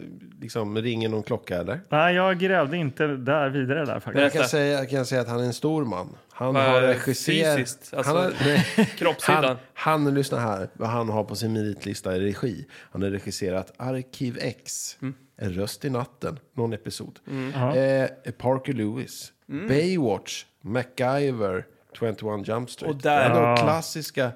Speaker 3: liksom ringer någon klocka eller?
Speaker 1: Nej, jag grävde inte där vidare där faktiskt.
Speaker 3: Jag kan, säga, jag kan säga att han är en stor man. Han
Speaker 2: Vad
Speaker 3: har
Speaker 2: är
Speaker 3: regisserat...
Speaker 2: fysiskt? Alltså,
Speaker 3: han, har, nej,
Speaker 2: kroppssidan.
Speaker 3: han, han, lyssna här, vad han har på sin meritlista i regi. Han har regisserat Arkiv X,
Speaker 2: Mm.
Speaker 3: En röst i natten, någon episod. Eh, Parker Lewis,
Speaker 2: Mm.
Speaker 3: Baywatch, MacGyver, 21 Jump Street.
Speaker 2: Och där-
Speaker 3: Det är de klassiska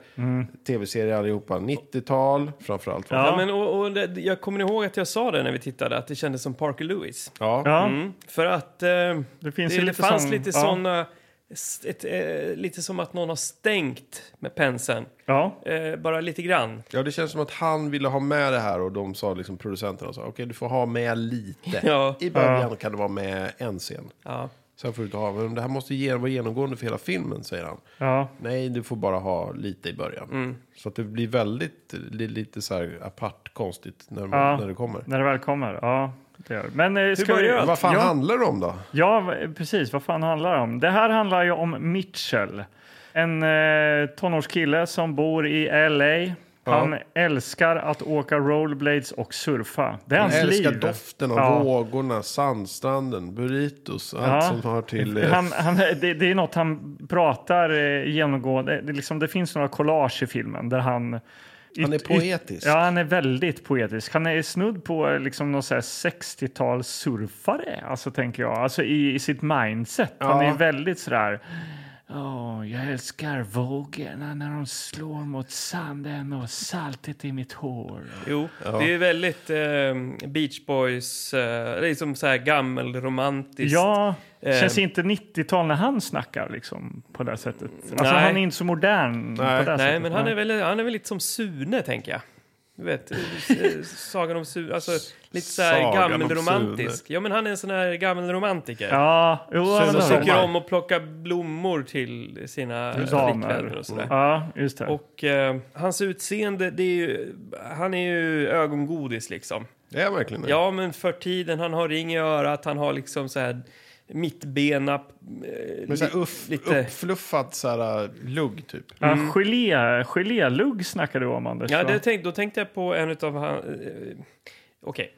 Speaker 3: tv-serier allihopa. 90-tal framförallt.
Speaker 2: Ja, men, och, och det, jag kommer ihåg att jag sa det när vi tittade, att det kändes som Parker Lewis.
Speaker 3: Ja.
Speaker 1: Ja,
Speaker 2: För att eh, det,
Speaker 1: Det finns
Speaker 2: det,
Speaker 1: ju lite
Speaker 2: fanns
Speaker 1: sån-
Speaker 2: lite
Speaker 1: ja.
Speaker 2: såna... s- Ett, eh, lite som att någon har stängt med penseln.
Speaker 1: ja.
Speaker 2: Eh, bara lite grann.
Speaker 3: ja, det känns som att han ville ha med det här och de sa liksom producenterna sa okej du får ha med lite.
Speaker 2: Ja.
Speaker 3: I början kan det vara med en scen.
Speaker 2: Ja.
Speaker 3: Sen får du inte ha, men det här måste ge- vara genomgående för hela filmen, säger han.
Speaker 1: ja.
Speaker 3: Nej, du får bara ha lite i början.
Speaker 2: Mm.
Speaker 3: Så att det blir väldigt, li- lite så här apart, konstigt när, man,
Speaker 1: Ja.
Speaker 3: när det kommer.
Speaker 1: När det väl kommer. Ja, det gör det. Men eh, ska
Speaker 2: börjar
Speaker 1: vi...
Speaker 2: allt?
Speaker 3: Vad fan
Speaker 1: ja.
Speaker 3: handlar det om då?
Speaker 1: Ja, v- precis. Vad fan handlar det om? Det här handlar ju om Mitchell. En eh, tonårskille som bor i LA. Han älskar att åka rollerblades och surfa. Det är hans
Speaker 3: Jag älskar
Speaker 1: liv.
Speaker 3: doften av
Speaker 1: Ja.
Speaker 3: vågorna, sandstranden, burritos, allt
Speaker 1: Ja.
Speaker 3: som hör till... eh,
Speaker 1: Han, han, det, det är något han pratar eh, genomgående. Det, liksom, det finns några collage i filmen där han...
Speaker 3: Han är
Speaker 1: yt- yt-
Speaker 3: poetisk.
Speaker 1: Ja, han är väldigt poetisk. Han är snudd på eh, liksom någon så här 60-tals surfare, alltså, tänker jag. Alltså i, i sitt mindset. Han
Speaker 3: Ja.
Speaker 1: är väldigt sådär... Åh, jag älskar vågorna när de slår mot sanden och saltet i mitt hår.
Speaker 2: Jo, det är väldigt eh, Beach Boys, eh, det är som så här gammelromantiskt.
Speaker 1: Ja,
Speaker 2: Eh.
Speaker 1: känns inte 90-tal när han snackar liksom, på det sättet. Alltså,
Speaker 2: Nej.
Speaker 1: han är inte så modern
Speaker 3: Nej.
Speaker 1: på det
Speaker 2: Nej,
Speaker 1: sättet.
Speaker 2: men han är, väl, han är väl lite som Sune, tänker jag. Du vet, eh, eh, Sagan om Sune, alltså lite så här
Speaker 3: Sagan om
Speaker 2: gammelromantisk. Ja, men han är en sån här gammelromantiker.
Speaker 1: Ja, jo, men
Speaker 3: och
Speaker 1: det
Speaker 3: socker.
Speaker 1: har
Speaker 2: Tycker om att plocka blommor till sina
Speaker 1: vi.
Speaker 2: flickvänner
Speaker 1: damer.
Speaker 2: och
Speaker 3: Mm.
Speaker 2: sådär.
Speaker 1: Ja, just det.
Speaker 2: Och eh, hans utseende, det är ju, han är ju ögongodis liksom.
Speaker 3: Det är verkligen det.
Speaker 2: Ja, men för tiden, han har ring i örat, han har liksom så här mittbena... eh,
Speaker 3: Men så här
Speaker 2: li-
Speaker 3: uff, uppfluffat så här, eh, lugg typ.
Speaker 1: Ja, gelé, gelélugg snackar du om, Anders.
Speaker 2: Mm. Ja,
Speaker 1: va?
Speaker 2: det tänk, då tänkte jag på en utav han... eh, Okej.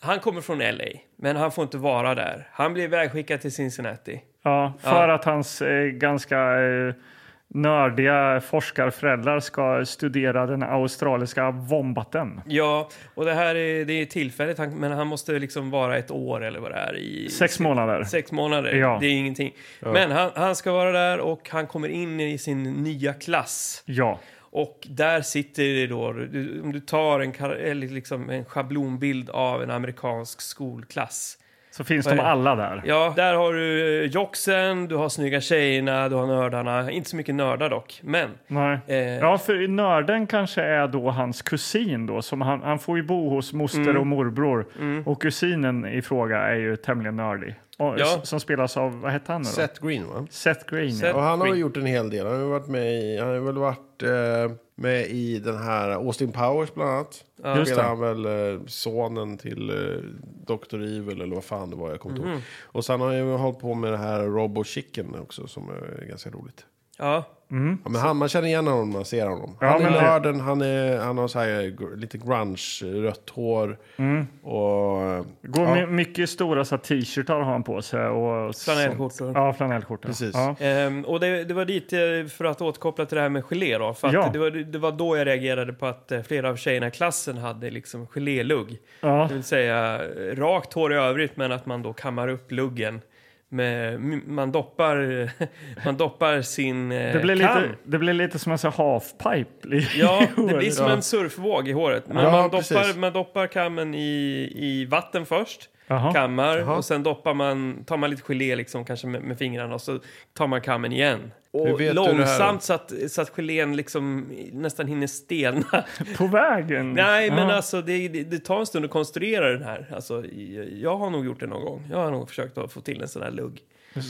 Speaker 2: Han kommer från LA, men han får inte vara där. Han blir ivägskickad till Cincinnati.
Speaker 1: ja, för
Speaker 2: Ja.
Speaker 1: att hans eh, ganska eh, nördiga forskarföräldrar ska studera den australiska vombaten.
Speaker 2: Ja, och det här är, det är tillfälligt, han, men han måste liksom vara ett år eller vad det är. I,
Speaker 1: Sex månader.
Speaker 2: Sex månader,
Speaker 1: Ja.
Speaker 2: det är ingenting. Men han, han ska vara där och han kommer in i sin nya klass.
Speaker 1: Ja.
Speaker 2: Och där sitter det då, du- om du tar en, kar- eller liksom en schablonbild av en amerikansk skolklass.
Speaker 1: Så finns
Speaker 2: Vad
Speaker 1: de
Speaker 2: är det?
Speaker 1: alla där.
Speaker 2: Ja, där har du eh, joxen, du har snygga tjejerna, du har nördarna. Inte så mycket nördar dock, men...
Speaker 1: Nej.
Speaker 2: Eh,
Speaker 1: Ja, för nörden kanske är då hans kusin då. Som han, han får ju bo hos moster och
Speaker 2: Mm.
Speaker 1: morbror. Och kusinen i fråga är ju tämligen nördig. Och,
Speaker 2: Ja.
Speaker 1: s- Som spelas av, vad hette han nu då?
Speaker 3: Seth Green va?
Speaker 1: Seth Green.
Speaker 2: Seth-
Speaker 1: ja.
Speaker 3: Och han har
Speaker 2: Green.
Speaker 3: ju gjort en hel del. Han har ju varit med i, han har väl varit eh, med i den här Austin Powers bland annat. Då
Speaker 1: Just det.
Speaker 3: spelade han väl eh, sonen till eh, Dr. Evil eller vad fan det
Speaker 1: Mhm.
Speaker 3: var jag kommer inte ihåg. Och sen har han ju hållit på med det här Robo Chicken också som är ganska roligt.
Speaker 2: Ja.
Speaker 3: Ja, men han, man känner igen honom när man ser honom.
Speaker 1: Ja,
Speaker 3: han är
Speaker 1: men det-
Speaker 3: nörden, han, är, han har så här, eh, gr- lite grunge, rött hår.
Speaker 1: Mm.
Speaker 3: Och, eh,
Speaker 1: Går
Speaker 3: ja,
Speaker 1: my- mycket stora så här t-shirtar har han på sig. Och sånt.
Speaker 2: Flanellskjortor.
Speaker 1: Ja, flanellskjortor.
Speaker 3: Precis.
Speaker 1: Ja.
Speaker 2: Ehm, och det, det var dit, eh, för att återkoppla till det här med gelé då, för att
Speaker 1: Ja.
Speaker 2: det, var, det var då jag reagerade på att eh, flera av tjejerna i klassen hade liksom gelélugg.
Speaker 1: Ja.
Speaker 2: Det vill säga eh, rakt hår i övrigt men att man då kammar upp luggen. Med, m- man, doppar, man doppar sin eh,
Speaker 1: Det, blir
Speaker 2: kam.
Speaker 1: lite, det blir lite som en sån här halfpipe. i-
Speaker 2: Ja,
Speaker 1: i
Speaker 2: det blir
Speaker 1: håret.
Speaker 2: som en surfvåg i håret. Man,
Speaker 3: Ja,
Speaker 2: man,
Speaker 3: precis.
Speaker 2: doppar, man doppar kammen i, i vatten först,
Speaker 1: Jaha.
Speaker 2: kammar och sen doppar man, tar man lite gelé liksom, kanske med, med fingrarna och så tar man kammen igen.
Speaker 3: Hur
Speaker 2: Och
Speaker 3: vet du det här då?
Speaker 2: långsamt så att, så att gelén liksom nästan hinner stelna.
Speaker 1: På vägen.
Speaker 2: Nej, men
Speaker 1: Mm. Ja.
Speaker 2: alltså det, det, det tar en stund att konstruera den här. Alltså, i- jag har nog gjort det någon gång. Jag har nog försökt att få till en sån här lugg.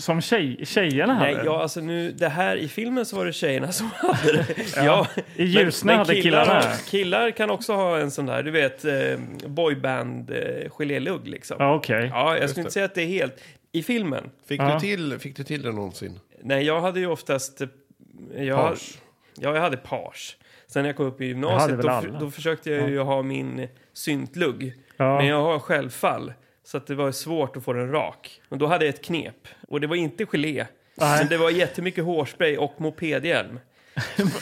Speaker 1: Som tjej, tjejerna hade.
Speaker 2: Nej, jag, alltså nu, det här i filmen så var det tjejerna som hade det. ja.
Speaker 1: I Ljusne hade killarna det.
Speaker 2: Killar kan också ha en sån där, du vet, eh, boyband eh, gelélugg liksom. Ja,
Speaker 1: Ja, okej.
Speaker 2: jag skulle inte säga att det är helt... I filmen?
Speaker 3: fick,
Speaker 1: Ja.
Speaker 3: du till, fick du till det någonsin?
Speaker 2: Nej, jag hade ju oftast... eh, Jag,
Speaker 3: Page.
Speaker 2: Ja, jag hade page. Sen när jag kom upp i
Speaker 1: Det hade
Speaker 2: gymnasiet
Speaker 1: väl
Speaker 2: då,
Speaker 1: alla.
Speaker 2: f- då försökte jag ju ha min syntlugg.
Speaker 1: Ja.
Speaker 2: Men jag har självfall. Så att det var svårt att få den rak. Men då hade jag ett knep. Och det var inte gelé. Men det var jättemycket hårspray och mopedhjälm.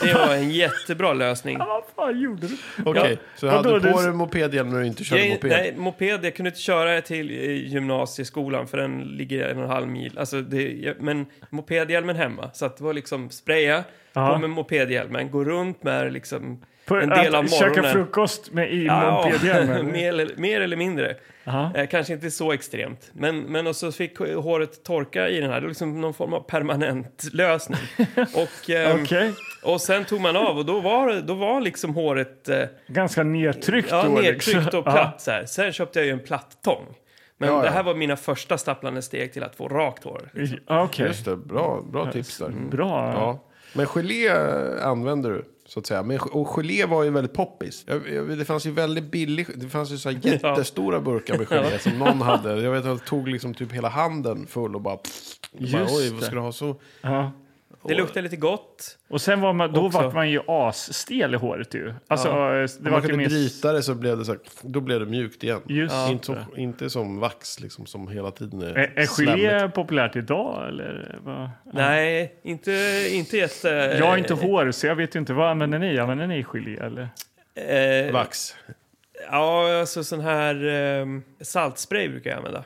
Speaker 2: Det var en jättebra lösning.
Speaker 1: Vad fan gjorde du?
Speaker 3: Okej,
Speaker 2: Ja.
Speaker 3: så du hade
Speaker 1: Vadå,
Speaker 3: på
Speaker 1: du-
Speaker 3: dig mopedhjälm när du inte körde
Speaker 2: Jag,
Speaker 3: moped?
Speaker 2: Nej, moped. Jag kunde inte köra till eh, gymnasieskolan för den ligger en och en halv mil. Alltså det, jag, men mopedhjälmen hemma. Så att det var liksom spraya,
Speaker 1: Ja.
Speaker 2: på med mopedhjälmen, gå runt med liksom
Speaker 1: På,
Speaker 2: en del av
Speaker 1: att käka
Speaker 2: morgonen.
Speaker 1: frukost med i
Speaker 2: Ja,
Speaker 1: mopedhjälmen?
Speaker 2: mer, eller- mer eller mindre.
Speaker 1: Ja.
Speaker 2: Eh, kanske inte så extremt. Men, men och så fick håret torka i den här. Det var liksom någon form av permanent lösning. och, ehm,
Speaker 1: Okej.
Speaker 2: och sen tog man av och då var, det- då var liksom håret... Eh,
Speaker 1: Ganska nedtryckt
Speaker 2: Ja,
Speaker 1: då.
Speaker 2: nedtryckt
Speaker 1: liksom.
Speaker 2: och platt. Så här. Sen köpte jag ju en plattång. Men
Speaker 3: Ja, ja.
Speaker 2: det här var mina första stapplande steg till att få rakt hår.
Speaker 1: Ja. Ja, Okej,
Speaker 3: Just det, bra, bra tips där. Mm.
Speaker 1: bra.
Speaker 3: Ja. Men gelé använder du, så att säga. Men, och gelé var ju väldigt poppis. Jag, jag, det fanns ju väldigt billig, det fanns ju så här jättestora burkar med gelé som någon hade. Jag vet att jag tog liksom typ hela handen full och bara... Pff, och bara
Speaker 1: Just
Speaker 3: Oj, vad
Speaker 1: det.
Speaker 3: ska du ha så?
Speaker 1: Ja.
Speaker 2: Det luktade lite gott.
Speaker 1: Och sen var man, då
Speaker 2: Också.
Speaker 1: var man ju asstel i håret ju. Alltså, det
Speaker 3: man
Speaker 1: var ju
Speaker 3: kunde
Speaker 1: minst...
Speaker 3: bryta det så blev det så här, då blev det mjukt igen.
Speaker 1: Just Ja.
Speaker 3: inte, som, inte som vax liksom, som hela tiden är,
Speaker 1: Är, är
Speaker 3: slemmigt.
Speaker 1: gelé populärt idag eller?
Speaker 2: Eh,
Speaker 1: Vad?
Speaker 2: Nej, inte, inte jätte...
Speaker 1: Jag har inte hår så jag vet ju inte. Vad använder ni? Använder ni gelé eller?
Speaker 2: Eh,
Speaker 3: Vax.
Speaker 2: ja, alltså sån här ehm, saltspray brukar jag använda.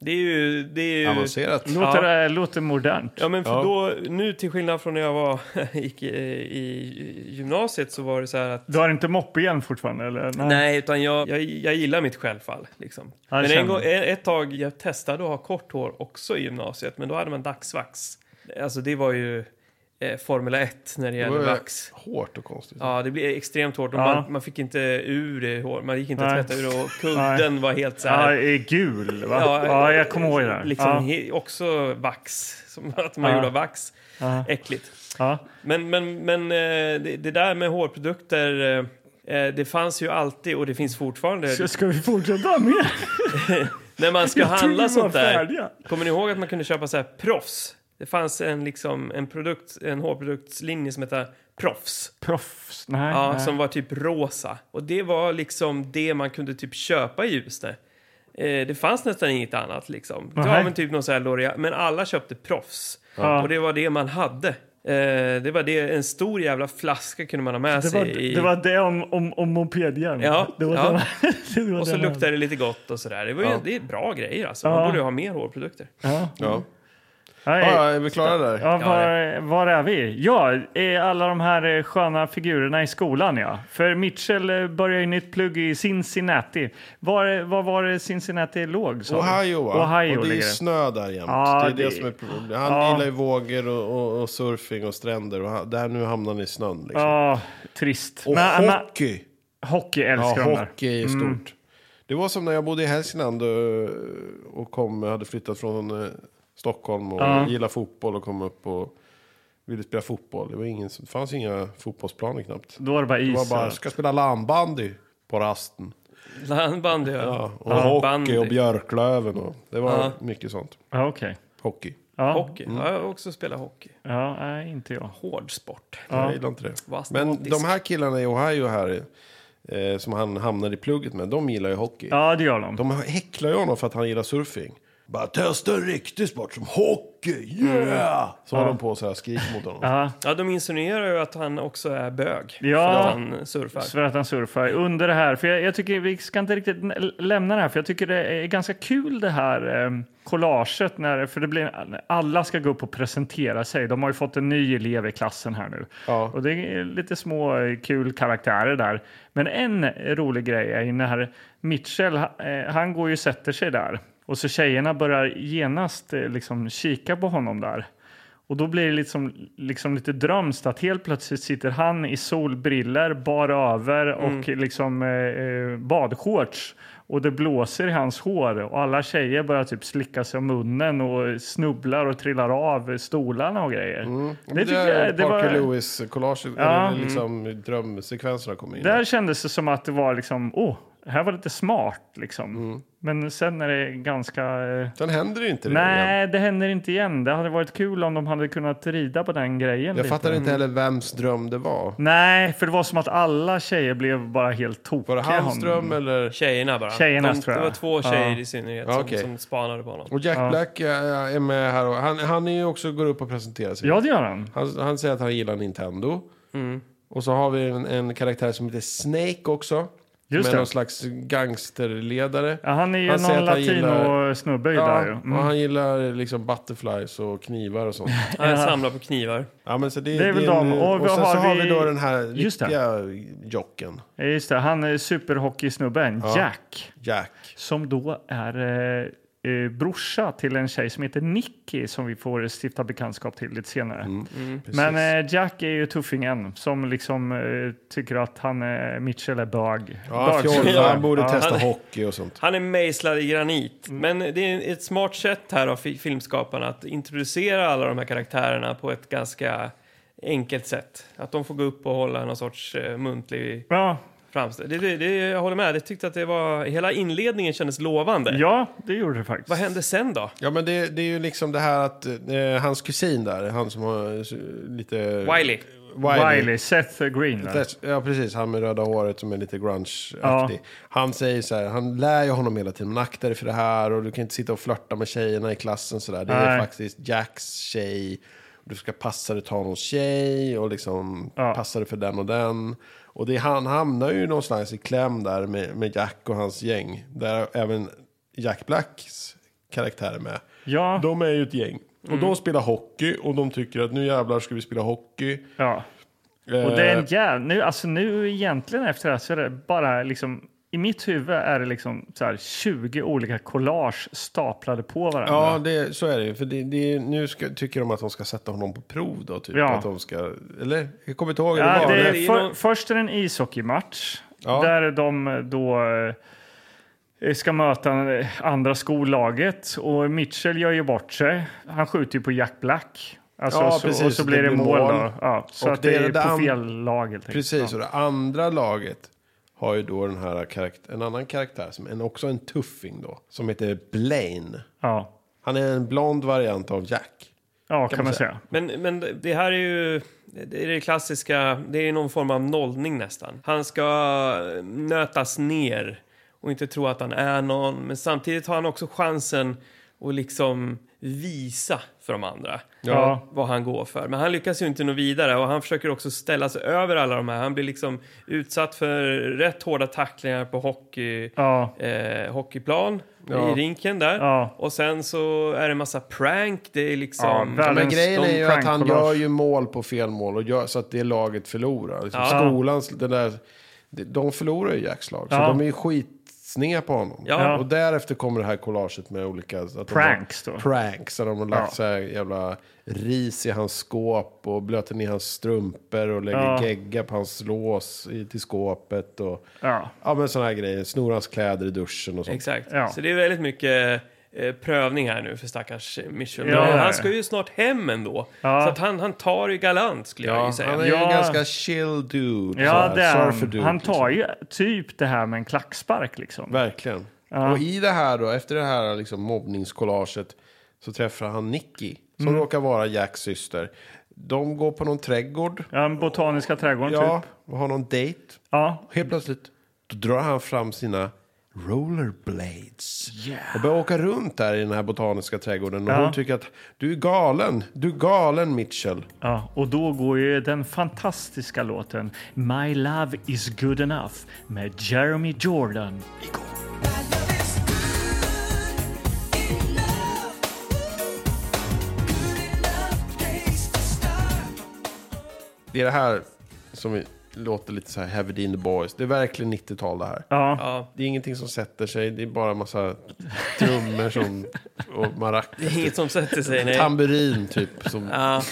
Speaker 2: Det är ju... Det är
Speaker 1: Eh,
Speaker 2: ju
Speaker 3: Avancerat.
Speaker 1: Låter,
Speaker 2: Ja.
Speaker 1: det eh, låter modernt.
Speaker 2: Ja, men för
Speaker 3: Ja.
Speaker 2: då, nu till skillnad från när jag var gick i, i gymnasiet så var det så här att
Speaker 1: Du har inte moppehjälm fortfarande eller?
Speaker 2: Nej, utan jag, jag, jag gillar mitt självfall. Liksom.
Speaker 1: Ja, det
Speaker 2: Men en
Speaker 1: känner
Speaker 2: gång,
Speaker 1: jag.
Speaker 2: ett tag jag testade att ha kort hår också i gymnasiet, men då hade man dagsvax. Alltså det var ju eh, Formula 1 när det
Speaker 3: Det
Speaker 2: gäller
Speaker 3: var ju
Speaker 2: vax.
Speaker 3: hårt och konstigt.
Speaker 2: Ja, det blev extremt hårt och
Speaker 1: Ja.
Speaker 2: man, man fick inte ur det hår. Man gick inte
Speaker 1: Nej.
Speaker 2: att tvätta ur det och kudden var helt så
Speaker 1: Ja,
Speaker 2: här.
Speaker 1: är gul va? Ja, jag kommer ihåg det. här.
Speaker 2: Liksom
Speaker 1: ja.
Speaker 2: he- också vax, som att man
Speaker 1: Ja.
Speaker 2: gjorde av vax. Äckligt.
Speaker 1: Ja.
Speaker 2: Men, men, men eh, det, det där med hårprodukter, eh, eh, det fanns ju alltid och det finns fortfarande.
Speaker 1: Ska, ska vi fortsätta med?
Speaker 2: När man ska
Speaker 1: Jag tror vi
Speaker 2: handla
Speaker 1: var
Speaker 2: sånt där,
Speaker 1: färdiga.
Speaker 2: kommer ni ihåg att man kunde köpa så här proffs? Det fanns en, liksom, en, produkt, en hårproduktslinje som hette proffs.
Speaker 1: Proffs? Nej.
Speaker 2: Ja,
Speaker 1: nej.
Speaker 2: Som var typ rosa. Och det var liksom det man kunde typ köpa i Ljusne. Eh, det fanns nästan inget annat liksom. Det var
Speaker 1: Nej.
Speaker 2: väl typ någon så här L'Oreal, men alla köpte proffs. Och det var det man hade. Eh, det var det, en stor jävla flaska kunde man ha med
Speaker 1: Det
Speaker 2: sig.
Speaker 1: var,
Speaker 2: i...
Speaker 1: det var det om, om, om mopedhjälm.
Speaker 2: Ja,
Speaker 1: det var
Speaker 2: ja.
Speaker 1: den- det var
Speaker 2: Och så
Speaker 1: den-
Speaker 2: luktade det lite gott och sådär. Det, var ju, det är bra grejer alltså.
Speaker 1: Ja.
Speaker 2: Man borde ju ha mer hårprodukter.
Speaker 1: Ja.
Speaker 3: Ja.
Speaker 1: Nej,
Speaker 3: Ja, är vi klara där?
Speaker 1: Ja, var, var är vi? Ja, är alla de här eh, sköna figurerna i skolan, ja. För Mitchell eh, börjar ju nytt plugg i Cincinnati. Var, var var det Cincinnati låg? sa du?
Speaker 3: Ohio, va?
Speaker 1: Ohio
Speaker 3: och det är
Speaker 1: ligger det.
Speaker 3: snö där jämt.
Speaker 1: Ja,
Speaker 3: det är det,
Speaker 1: det-
Speaker 3: som är problemet. Han
Speaker 1: Ja.
Speaker 3: gillar ju vågor och, och, och surfing och stränder. Och han, där nu hamnar han i snön. Liksom.
Speaker 1: Ja, trist.
Speaker 3: och
Speaker 1: Men- men-
Speaker 3: hockey!
Speaker 1: hockey
Speaker 3: Ja,
Speaker 1: älskar de Mm. där.
Speaker 3: hockey är stort. Det var som när jag bodde i Hälsingland eh, och kom, hade flyttat från eh, Stockholm och
Speaker 1: Ja.
Speaker 3: gillade fotboll och kom upp och ville spela fotboll. Det, var ingen, som- det fanns inga fotbollsplaner knappt.
Speaker 1: Då var det bara
Speaker 3: Det
Speaker 1: is.
Speaker 3: var bara,
Speaker 1: och-
Speaker 3: ska spela landbandy på rasten.
Speaker 2: Landbandy, ja.
Speaker 3: Ja, och hockey och Björklöven och det var mycket sånt.
Speaker 1: Ja, okej.
Speaker 3: Hockey.
Speaker 1: Ja. Mm.
Speaker 2: Hockey. Ja, jag har också spelat hockey.
Speaker 1: Ja, nej, inte jag.
Speaker 2: Hård sport.
Speaker 1: Ja.
Speaker 3: Jag gillar inte det.
Speaker 2: Vad
Speaker 3: Men
Speaker 2: statisk.
Speaker 3: de här killarna i Ohio här, eh, som han hamnade i plugget med, de gillar ju hockey.
Speaker 1: Ja, det gör de.
Speaker 3: De häcklar ju honom för att han gillar surfing. Bara testa en riktig sport som hockey, yeah! Så har de på så här skrik mot honom.
Speaker 1: Mm. Ja,
Speaker 2: Ja, de insinuerar ju att han också är bög.
Speaker 1: Ja.
Speaker 2: För att han surfar.
Speaker 1: för att han surfar under det här. För jag, jag tycker vi ska inte riktigt n- lämna det här, för jag tycker det är ganska kul det här eh, collaget. När, för det blir, alla ska gå upp och presentera sig. De har ju fått en ny elev i klassen här nu.
Speaker 3: Ja.
Speaker 1: Och det är lite små eh, kul karaktärer där. Men en eh, rolig grej är ju när Mitchell, ha- eh, han går ju och sätter sig där. Och så tjejerna börjar genast eh, liksom kika på honom där. Och då blir det liksom, liksom lite drömskt att helt plötsligt sitter han i solbriller, bar över och
Speaker 3: Mm.
Speaker 1: liksom eh, eh, badshorts. Och det blåser i hans hår och alla tjejer börjar typ slicka sig om munnen och snubblar och trillar av stolarna och grejer.
Speaker 3: Mm. Det,
Speaker 1: tycker
Speaker 3: är
Speaker 1: jag-
Speaker 3: Parker Lewis-collaget,
Speaker 1: Ja. Mm.
Speaker 3: eller liksom drömsekvenserna kommer in.
Speaker 1: Där kändes det som att det var liksom, åh, oh, här var lite smart liksom. Men sen är det ganska... Eh,
Speaker 3: Sen händer Mm. det inte det igen.
Speaker 1: nej, det händer inte igen. Det hade varit kul om de hade kunnat rida på den grejen
Speaker 3: Jag
Speaker 1: lite.
Speaker 3: fattar inte heller vems dröm det var.
Speaker 1: Nej, för det var som att alla tjejer blev bara helt tokiga.
Speaker 3: Var det
Speaker 1: i
Speaker 3: hans
Speaker 1: honom.
Speaker 3: dröm eller?
Speaker 2: Tjejerna bara.
Speaker 1: Tjejernas,
Speaker 2: de,
Speaker 1: tror jag.
Speaker 2: Det var två tjejer
Speaker 1: Ja.
Speaker 2: i synnerhet
Speaker 3: Ja,
Speaker 2: som,
Speaker 3: okej.
Speaker 2: som spanade på honom.
Speaker 3: Och Jack Black eh, är med här och han, han är ju också går upp och presenterar sig.
Speaker 1: Ja, det gör han.
Speaker 3: Han, han säger att han gillar Nintendo. Och så har vi en, en karaktär som heter Snake också.
Speaker 1: Just
Speaker 3: med
Speaker 1: det.
Speaker 3: någon slags gangsterledare.
Speaker 1: Ja, han är ju
Speaker 3: Han säger
Speaker 1: någon
Speaker 3: att han
Speaker 1: latino-snubbe ju där ju.
Speaker 3: och
Speaker 1: Mm.
Speaker 3: han gillar liksom butterflies och knivar och sånt.
Speaker 2: Han samlar på knivar.
Speaker 3: ja, men så det,
Speaker 1: Det är väl
Speaker 3: det en-
Speaker 1: dem. Och
Speaker 3: Och,
Speaker 1: vad
Speaker 3: sen
Speaker 1: har
Speaker 3: så har
Speaker 1: vi-
Speaker 3: vi då den här
Speaker 1: Just det.
Speaker 3: riktiga jocken,
Speaker 1: Ja, Just det, han är superhockeysnubben Jack.
Speaker 3: Jack.
Speaker 1: Som då är eh, eh, brorsa till en tjej som heter Nicky som vi får stifta bekantskap till lite senare.
Speaker 3: Mm, Precis.
Speaker 1: Men eh, Jack är ju tuffingen som liksom eh, tycker att han eh, Mitchell är bög.
Speaker 3: ja,
Speaker 1: Bög-
Speaker 3: fjol, han borde
Speaker 1: Ja.
Speaker 3: testa hockey och sånt.
Speaker 2: Han är mejslad i granit.
Speaker 1: Mm.
Speaker 2: Men det är ett smart sätt här av fi- filmskaparna att introducera alla de här karaktärerna på ett ganska enkelt sätt. Att de får gå upp och hålla någon sorts eh, muntlig
Speaker 1: Ja,
Speaker 2: framställning. Det, det, det, jag håller med. Jag tyckte att det var, hela inledningen kändes lovande.
Speaker 1: ja, det gjorde det faktiskt.
Speaker 2: Vad hände sen då?
Speaker 3: Ja, men det, det är ju liksom det här att eh, hans kusin där, han som har eh, lite...
Speaker 2: Wiley.
Speaker 3: Wiley.
Speaker 1: Wiley, Seth Green. där.
Speaker 3: That's- Ja, precis. Han med röda håret som är lite grunge-aktig. Han säger så här, han lär ju honom hela tiden, men akta dig för det här och du kan inte sitta och flörta med tjejerna i klassen så där. Det är
Speaker 1: Nej.
Speaker 3: faktiskt Jacks tjej. Du ska passa dig ta någon tjej och liksom
Speaker 1: Ja.
Speaker 3: passa dig för den och den. Och det, han hamnar ju någonstans i kläm där med, med Jack och hans gäng. Där även Jack Blacks karaktär är med.
Speaker 1: Ja. Mm.
Speaker 3: De är ju ett gäng. Och de spelar hockey och de tycker att nu jävlar ska vi spela hockey. Eh,
Speaker 1: Ja. Och det är en jävla... Nu, alltså nu egentligen efter det här så är det bara liksom... I mitt huvud är det liksom så här 20 olika collage staplade på varandra.
Speaker 3: Ja, det, så är det ju. För det, det, är- nu ska, tycker de att de ska sätta honom på prov då, typ.
Speaker 1: Ja.
Speaker 3: Att de ska, eller? Jag kommer inte ihåg hur
Speaker 1: Ja,
Speaker 3: det var.
Speaker 1: det
Speaker 3: men-
Speaker 1: är för, först är det en ishockeymatch
Speaker 3: Ja.
Speaker 1: där de då eh, ska möta eh, andra skollaget och Mitchell gör ju bort sig. Han skjuter ju på Jack Black. Alltså,
Speaker 3: Ja,
Speaker 1: och så, och
Speaker 3: precis.
Speaker 1: så blir det, mål. Då. Ja, så
Speaker 3: Och
Speaker 1: att det,
Speaker 3: det är
Speaker 1: är
Speaker 3: det
Speaker 1: på
Speaker 3: an-
Speaker 1: fel lag helt enkelt.
Speaker 3: Precis, och det andra laget har ju då den här karakt- en annan karaktär, som en, också en tuffing då, som heter Blaine.
Speaker 1: Ja,
Speaker 3: Han är en blond variant av Jack.
Speaker 1: ja kan, man säga.
Speaker 2: Men, men det här är ju det är det klassiska, det är någon form av nollning nästan. Han ska nötas ner och inte tro att han är någon, men samtidigt har han också chansen att liksom visa för de andra
Speaker 1: Ja.
Speaker 2: vad han går för. Men han lyckas ju inte nå vidare och han försöker också ställa sig över alla de här. Han blir liksom utsatt för rätt hårda tacklingar på hockey,
Speaker 1: Ja.
Speaker 2: eh, hockeyplan
Speaker 3: Ja.
Speaker 2: i rinken där.
Speaker 1: Ja.
Speaker 2: Och sen så är det en massa prank, det är liksom...
Speaker 1: Ja, väl-
Speaker 3: Men
Speaker 1: Världens-
Speaker 3: grejen
Speaker 1: de
Speaker 3: är ju att han
Speaker 1: prankcollage.
Speaker 3: gör ju mål på fel mål och gör, så att det laget förlorar. Liksom
Speaker 2: Ja.
Speaker 3: Skolans, den där, de förlorar ju Jacks lag, så
Speaker 1: Ja.
Speaker 3: de är ju skitsnea på honom.
Speaker 2: Ja.
Speaker 3: Och därefter kommer det här collaget med olika... Att de
Speaker 1: Pranks
Speaker 3: har,
Speaker 1: då.
Speaker 3: Pranks, där de har lagt
Speaker 1: Ja.
Speaker 3: så här jävla ris i hans skåp och blöter ner hans strumpor och lägger
Speaker 1: Ja.
Speaker 3: gegga på hans lås i, till skåpet. Och,
Speaker 1: Ja.
Speaker 3: ja, men sådana här grejer. Snor hans kläder i duschen och sånt.
Speaker 2: Exakt.
Speaker 1: Ja.
Speaker 2: Så det är väldigt mycket eh, prövning här nu för stackars Mitchell.
Speaker 1: Ja,
Speaker 2: Men
Speaker 1: ja, ja.
Speaker 2: han ska ju snart hem ändå.
Speaker 1: Ja.
Speaker 2: Så att han, han tar ju galant skulle jag
Speaker 3: Ja,
Speaker 2: ju säga.
Speaker 3: han är ju
Speaker 1: Ja.
Speaker 3: en ganska chill dude. så
Speaker 1: Ja,
Speaker 3: här,
Speaker 1: det är
Speaker 3: surfer
Speaker 1: han.
Speaker 3: dude,
Speaker 1: Han
Speaker 3: liksom.
Speaker 1: tar ju typ det här med en klackspark liksom.
Speaker 3: Verkligen. Och i det här då, efter det här liksom mobbningskollaget så träffar han Nicky som
Speaker 1: Mm.
Speaker 3: råkar vara Jacks syster. De går på någon trädgård,
Speaker 1: Ja, men botaniska trädgården
Speaker 3: ja,
Speaker 1: typ.
Speaker 3: och har någon dejt.
Speaker 1: Ja,
Speaker 3: Helt plötsligt då drar han fram sina rollerblades och börjar åka runt där i den här botaniska trädgården. Och
Speaker 1: Ja.
Speaker 3: hon tycker att du är galen, du är galen Mitchell.
Speaker 1: Ja, och då går ju den fantastiska låten My Love Is Good Enough med Jeremy Jordan.
Speaker 3: Det är det här som vi- låter lite så här Heavy D and the Boys. Det är verkligen 90-tal det här.
Speaker 1: Ja,
Speaker 2: Ja,
Speaker 3: Det är ingenting som sätter sig, det är bara en massa trummor som, och
Speaker 2: det är
Speaker 3: maracas.
Speaker 2: inget som sätter sig. Nej.
Speaker 3: Tamburin typ. Som,
Speaker 2: Ja,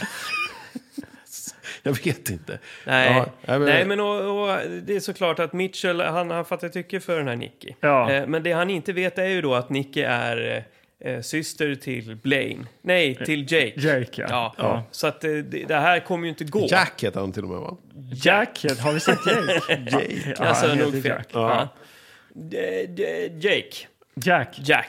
Speaker 3: Jag vet inte.
Speaker 2: nej.
Speaker 3: Ja, jag menar-
Speaker 2: nej, men och, och, det är såklart att Mitchell, han, han fattar tycke för den här Nicky.
Speaker 1: Ja.
Speaker 2: Eh, men det han inte vet är ju då att Nicky är eh, syster till Blaine. Nej, till Jake.
Speaker 1: Eh, Jake ja.
Speaker 2: Ja. Så att eh, det, det här kommer ju inte gå.
Speaker 3: Jack heter han till och med va?
Speaker 1: Jack, har vi sett Jake? Jake. Ja,
Speaker 2: alltså,
Speaker 1: han
Speaker 2: nog
Speaker 1: heter
Speaker 2: fel.
Speaker 1: Jack.
Speaker 2: Ja. D- d- Jake.
Speaker 1: Jack.
Speaker 2: Jack.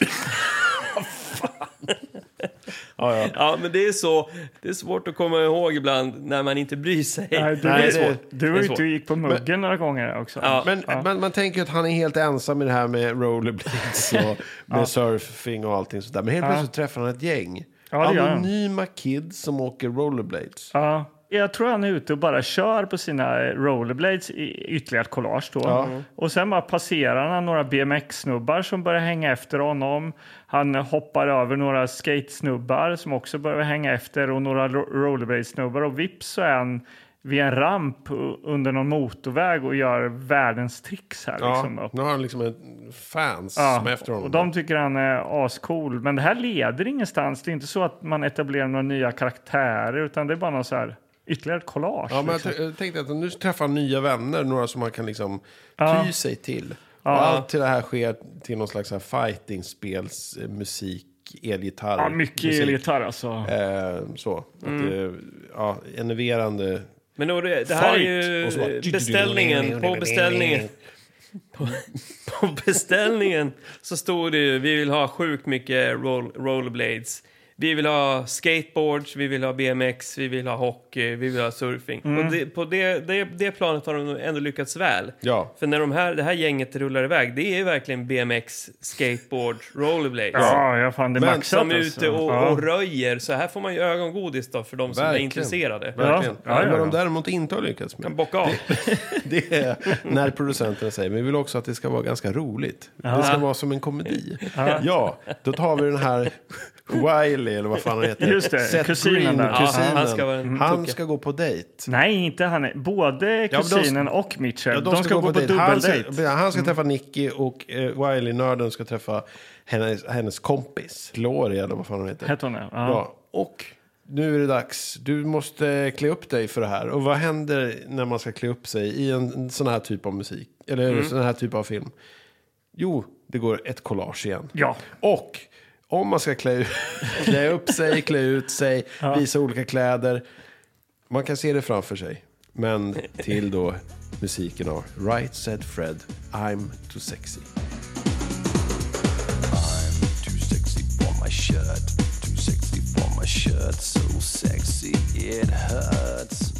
Speaker 2: ja, ja. men det är så. Det är svårt att komma ihåg ibland när man inte bryr sig.
Speaker 1: Nej, du,
Speaker 2: det är
Speaker 1: det,
Speaker 2: svårt.
Speaker 1: du
Speaker 2: Det
Speaker 1: var
Speaker 2: är
Speaker 1: ute och
Speaker 2: svårt.
Speaker 1: gick på muggen några gånger också.
Speaker 2: Ja.
Speaker 3: Men man, man tänker ju att han är helt ensam i det här med rollerblades och med surfing och allting sånt där. Men helt plötsligt träffar han ett gäng.
Speaker 1: Ja, det gör han.
Speaker 3: Anonyma kids som åker rollerblades.
Speaker 1: Ja. Jag tror han är ute och bara kör på sina eh, rollerblades i ytterligare ett collage. Då. Mm. Och sen bara passerar han några BMX-snubbar som börjar hänga efter honom. Han hoppar över några skatesnubbar som också börjar hänga efter och några ro- rollerblades-snubbar. Och vips så är han vid en ramp u- under någon motorväg och gör världens tricks här. Liksom,
Speaker 3: Ja,
Speaker 1: upp.
Speaker 3: nu har han liksom en fans
Speaker 1: Ja,
Speaker 3: som är efter honom.
Speaker 1: Och de tycker han är ascool. Men det här leder ingenstans. Det är inte så att man etablerar några nya karaktärer utan det är bara någon så här ytterligare ett collage.
Speaker 3: ja, men jag,
Speaker 1: liksom.
Speaker 3: t- jag tänkte att nu träffar han nya vänner, några som man kan liksom ty sig till. Och allt till det här sker till någon slags så här fighting-spels eh, musik, elgitarr.
Speaker 1: Ja, mycket
Speaker 3: musik.
Speaker 1: elgitarr Mm. alltså.
Speaker 3: Eh, så. Att det, är, ja, enerverande
Speaker 2: Men då, det, det här är ju
Speaker 3: Och så bara-
Speaker 2: beställningen. På beställningen. På beställningen så stod det ju vi vill ha sjukt mycket roll, rollerblades. Vi vill ha skateboards, vi vill ha BMX, vi vill ha hockey, vi vill ha surfing. Och det, på det, det, det planet har de ändå lyckats väl.
Speaker 3: Ja.
Speaker 2: För när de här, det här gänget rullar iväg, det är verkligen BMX, skateboard, rollerblades.
Speaker 1: Ja, jag fan det är
Speaker 3: Men
Speaker 1: maxat alltså.
Speaker 2: Som är ute och,
Speaker 1: ja.
Speaker 2: och röjer. Så här får man ju ögongodis då för de som är
Speaker 3: Verkligen.
Speaker 2: intresserade.
Speaker 3: Verkligen.
Speaker 1: Ja, ja, ja.
Speaker 3: Vad de däremot inte har lyckats
Speaker 2: Kan
Speaker 3: med,
Speaker 2: bocka av.
Speaker 3: det är när producenterna säger men vi vill också att det ska vara ganska roligt. Det ska vara som en komedi. Ja, då tar vi den här Wiley, eller vad fan han heter.
Speaker 1: Just det,
Speaker 3: Seth
Speaker 1: kusinen
Speaker 3: Green,
Speaker 1: där.
Speaker 2: Ja,
Speaker 3: kusinen.
Speaker 2: han ska vara den
Speaker 3: Han
Speaker 2: tokiga.
Speaker 3: ska gå på dejt.
Speaker 1: Nej, inte han. Både
Speaker 3: men de ska-
Speaker 1: kusinen och Mitchell.
Speaker 3: Ja,
Speaker 1: de, ska, gå på,
Speaker 3: Han ska,
Speaker 1: dubbeldejt. Mm.
Speaker 3: han ska träffa Nicky och eh, Wiley-nörden ska träffa hennes, hennes kompis. Gloria, eller vad fan hon heter.
Speaker 1: Hette hon det? Ja.
Speaker 3: Ja, och nu är det dags. Du måste klä upp dig för det här. Och vad händer när man ska klä upp sig i en sån här typ av musik? Eller sån här typ av film? Jo, det går ett collage igen.
Speaker 1: Ja.
Speaker 3: Och om man ska klä, klä upp sig, klä ut sig, visa olika kläder. Man kan se det framför sig. Men till då musiken av Right Said Fred, I'm Too Sexy.
Speaker 11: Too sexy for my shirt. Too sexy for my shirt. So sexy it hurts.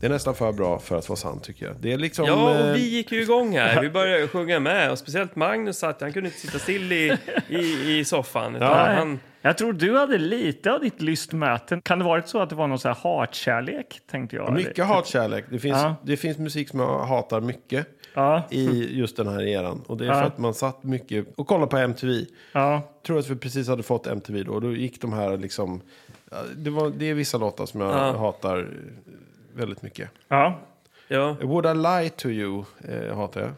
Speaker 3: Det är nästan för bra för att vara sant tycker jag. Det är liksom...
Speaker 2: Ja,
Speaker 3: eh,
Speaker 2: och vi gick ju igång här. Vi började sjunga med. Och speciellt Magnus satt, han kunde inte sitta still i, i, i soffan. Utan
Speaker 1: Nej.
Speaker 2: han,
Speaker 1: Jag tror du hade lite av ditt lystmöte. Kan det varit så att det var någon så här hatkärlek? Tänkte jag. eller?
Speaker 3: Mycket hatkärlek. Det finns,
Speaker 1: Ja.
Speaker 3: det finns musik som jag hatar mycket
Speaker 1: Ja.
Speaker 3: i just den här eran. Och det är
Speaker 1: Ja.
Speaker 3: för att man satt mycket och kollade på MTV.
Speaker 1: Ja.
Speaker 3: Jag tror att vi precis hade fått MTV då. Och då gick de här liksom... ja, Det, var, det är vissa låtar som jag hatar eh, väldigt mycket.
Speaker 1: ja.
Speaker 2: ja.
Speaker 3: Would I lie to you eh, hatar jag.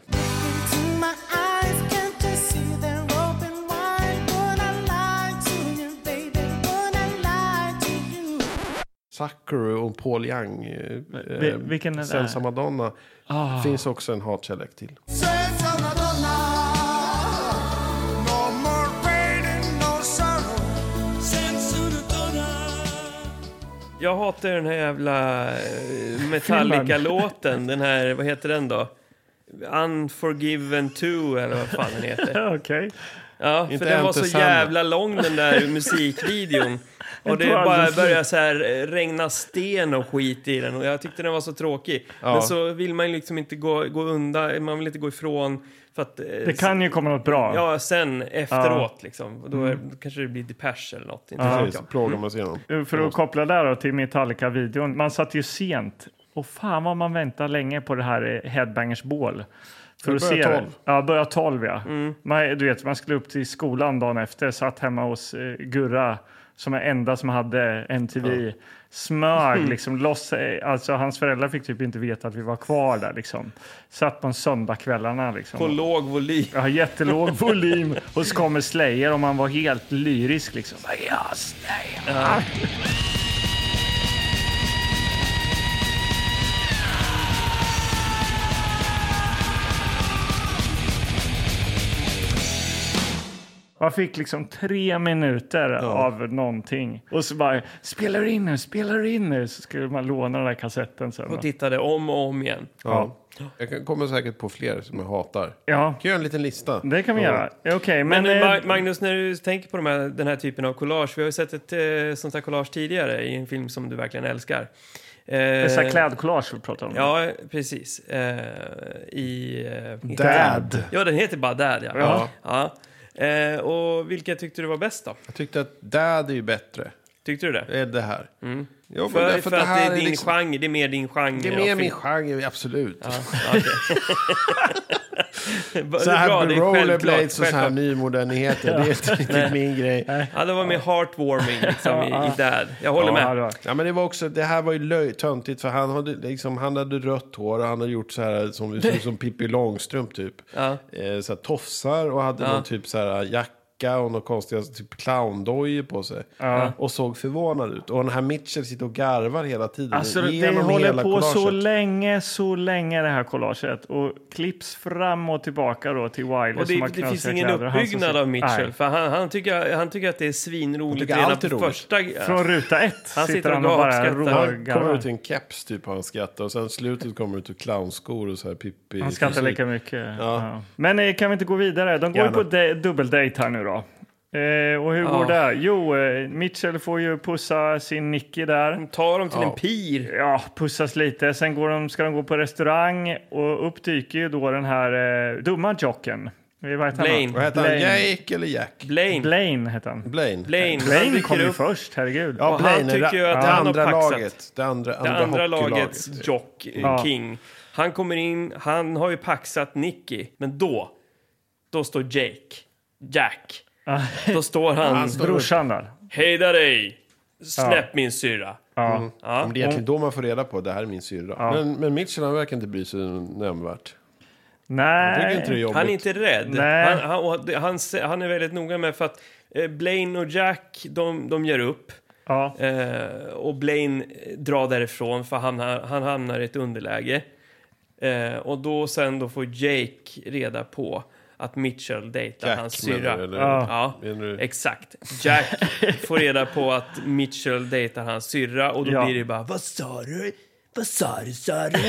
Speaker 3: Sakura och Paul Young, eh,
Speaker 1: Vi- vilken är Ah. det?
Speaker 3: Sensa Madonna, finns också en hatkärlek till.
Speaker 2: Jag hatar den här jävla eh, Metallica-låten. Den här, vad heter den då? Unforgiven 2 eller vad fan den heter.
Speaker 1: Okej.
Speaker 2: Ja,
Speaker 3: Inte
Speaker 2: för den var
Speaker 3: Enter
Speaker 2: så
Speaker 3: Sandman.
Speaker 2: jävla lång den där musikvideon. Och det bara började så här eh, regna sten och skit i den och jag tyckte den var så tråkig.
Speaker 1: Ja.
Speaker 2: Men så vill man ju liksom inte gå, gå undan, man vill inte gå ifrån för att... eh,
Speaker 1: Det kan ju komma något bra.
Speaker 2: Ja, sen efteråt liksom. Och Då, är, då kanske det blir Depeche eller något. Inte
Speaker 1: Mm. Ja.
Speaker 2: vet
Speaker 1: Precis,
Speaker 2: jag.
Speaker 3: Plågar man sig igenom.
Speaker 1: För att koppla där då till Metallica-videon. Man satt ju sent. Och fan vad man väntar länge på det här eh, Headbangers Ball. För
Speaker 3: Det
Speaker 1: att
Speaker 3: börjar
Speaker 1: se det.
Speaker 3: Mm. 12.
Speaker 1: Ja, börja 12 ja. Man, du vet, man skulle upp till skolan dagen efter. Satt hemma hos eh, Gurra som är enda som hade MTV. Smög liksom loss. eh, Alltså hans föräldrar fick typ inte veta att vi var kvar där liksom. Satt på söndagskvällarna liksom.
Speaker 2: På låg volym.
Speaker 1: Ja, jättelåg volym. Och så kommer Slayer och man var helt lyrisk liksom. Ja, Slayer. Man fick liksom tre minuter av någonting. Och så bara, spelar du in nu, spelar du in nu. Så skulle man låna den där kassetten sen.
Speaker 2: Och tittade om och om igen.
Speaker 3: Ja. Jag kan- kommer säkert på fler som jag hatar. Kan
Speaker 1: Ja,
Speaker 3: jag göra en liten lista?
Speaker 1: det kan vi
Speaker 3: Ja.
Speaker 1: göra. Okej, men...
Speaker 2: Men eh,
Speaker 1: eh,
Speaker 2: Ma- Magnus, när du tänker på de här, den här typen av collage, vi har ju sett ett eh, sånt här collage tidigare i en film som du verkligen älskar. Eh,
Speaker 1: Dessa klädcollage vi pratar om.
Speaker 2: Ja, precis. Eh, I... Eh,
Speaker 3: Dad.
Speaker 2: Ja, den heter bara Dad, ja.
Speaker 1: Ja.
Speaker 2: ja. Eh, och vilka tyckte du var bäst då?
Speaker 3: Jag tyckte att Dad är ju bättre.
Speaker 2: Tyckte du det?
Speaker 3: Det är det här. Mm. Jo, men
Speaker 2: För,
Speaker 3: därför
Speaker 2: för,
Speaker 3: det
Speaker 2: att det
Speaker 3: här
Speaker 2: är din
Speaker 3: liksom-
Speaker 2: genre, det är mer din genre.
Speaker 3: Det är mer min genre, absolut.
Speaker 2: genre.
Speaker 3: Så här med rollerblades och så här nymodernheter, det är inte riktigt min grej.
Speaker 2: Ja, det var mer heartwarming liksom, i, i Dad. Jag håller
Speaker 1: Ja,
Speaker 2: med.
Speaker 1: det var-
Speaker 3: Ja, men det, var också, det här var ju löj, töntigt för han hade, liksom, han hade rött hår och han hade gjort så här som, som, som Pippi Långstrump typ.
Speaker 2: Ja.
Speaker 3: Eh, så här, tofsar och hade någon typ så här jacka och några konstiga typ clowndojor på sig. Och såg förvånad ut. Och den här Mitchell sitter och garvar hela tiden.
Speaker 1: Alltså, det
Speaker 3: genom
Speaker 1: håller
Speaker 3: hela
Speaker 1: på
Speaker 3: collaget.
Speaker 1: så länge, så länge det här collaget. Och klipps fram och tillbaka då till Wiley
Speaker 2: Och
Speaker 1: som
Speaker 2: det,
Speaker 1: har
Speaker 2: det finns
Speaker 1: knasiga
Speaker 2: ingen
Speaker 1: kläder och han som
Speaker 2: uppbyggnad
Speaker 1: ser-
Speaker 2: av Mitchell,
Speaker 1: Nej.
Speaker 2: för han, han, tycker, han tycker att det är svinroligt
Speaker 3: tycker
Speaker 2: redan
Speaker 3: allt är
Speaker 2: på
Speaker 3: roligt.
Speaker 2: första...
Speaker 1: Från ruta ett
Speaker 2: Han sitter
Speaker 1: sitter
Speaker 2: och
Speaker 1: han och bara
Speaker 2: gapskrattar.
Speaker 3: Han kommer
Speaker 1: rågarvar.
Speaker 3: ut i en keps typ och han skrattar. Och sen slutet kommer ut ur clownskor och så här Pippi.
Speaker 1: Han skrattar lika mycket. Ja. Men eh, kan vi inte gå vidare? De går ju
Speaker 3: Gärna.
Speaker 1: på de- dubbeldejt här nu då. Eh, och hur går det? Jo, eh, Mitchell får ju pussa sin Nicky där.
Speaker 2: Tar dem till en pir.
Speaker 1: Ja, pussas lite. Sen går de, ska de gå på restaurang och uppdyker ju då den här eh, dumma jocken. Vad heter han?
Speaker 2: Blaine.
Speaker 3: Vad heter han?
Speaker 1: Blaine.
Speaker 3: Jake eller Jack?
Speaker 2: Blaine. Blaine.
Speaker 1: Blaine heter han.
Speaker 3: Blaine.
Speaker 2: Han
Speaker 1: Blaine
Speaker 2: dyker
Speaker 1: kom ju
Speaker 2: upp.
Speaker 1: först, herregud.
Speaker 3: Ja,
Speaker 2: Och han
Speaker 3: Blaine är
Speaker 2: tycker ju
Speaker 3: ra-
Speaker 2: att
Speaker 3: det
Speaker 2: han har
Speaker 3: andra
Speaker 2: paxat.
Speaker 3: laget. Det andra,
Speaker 2: Det
Speaker 3: andra,
Speaker 2: andra
Speaker 3: hockeylaget.
Speaker 2: lagets jock, eh,
Speaker 1: Ja.
Speaker 2: King. Han kommer in, han har ju paxat Nicky, men då, då står Jake, Jack. Då står han,
Speaker 1: Brorsan där.
Speaker 2: hejda dig, släpp min syrra.
Speaker 1: Ja.
Speaker 3: Ja, men det är egentligen då man får reda på det här är min syrra. Men, men Mitchell han verkar inte bry sig nämnvärt. Jag tycker inte det är
Speaker 1: Nej.
Speaker 3: jobbigt.
Speaker 2: Han är inte rädd.
Speaker 1: Nej.
Speaker 2: Han, han, och det- han, se- han är väldigt noga med för att eh, Blaine och Jack, de, de ger upp.
Speaker 1: Ja.
Speaker 2: Eh, och Blaine eh, drar därifrån för han, har- han hamnar i ett underläge. Eh, och då sen då får Jake reda på att Mitchell dejtar
Speaker 3: Jack,
Speaker 2: hans
Speaker 3: menar du,
Speaker 2: syrra.
Speaker 3: eller?
Speaker 2: Ja,
Speaker 3: Menar du?
Speaker 2: exakt. Jack får reda på att Mitchell dejtar hans syrra och då
Speaker 1: Ja.
Speaker 2: blir det bara Vad sa du? Vad sa du, sa du?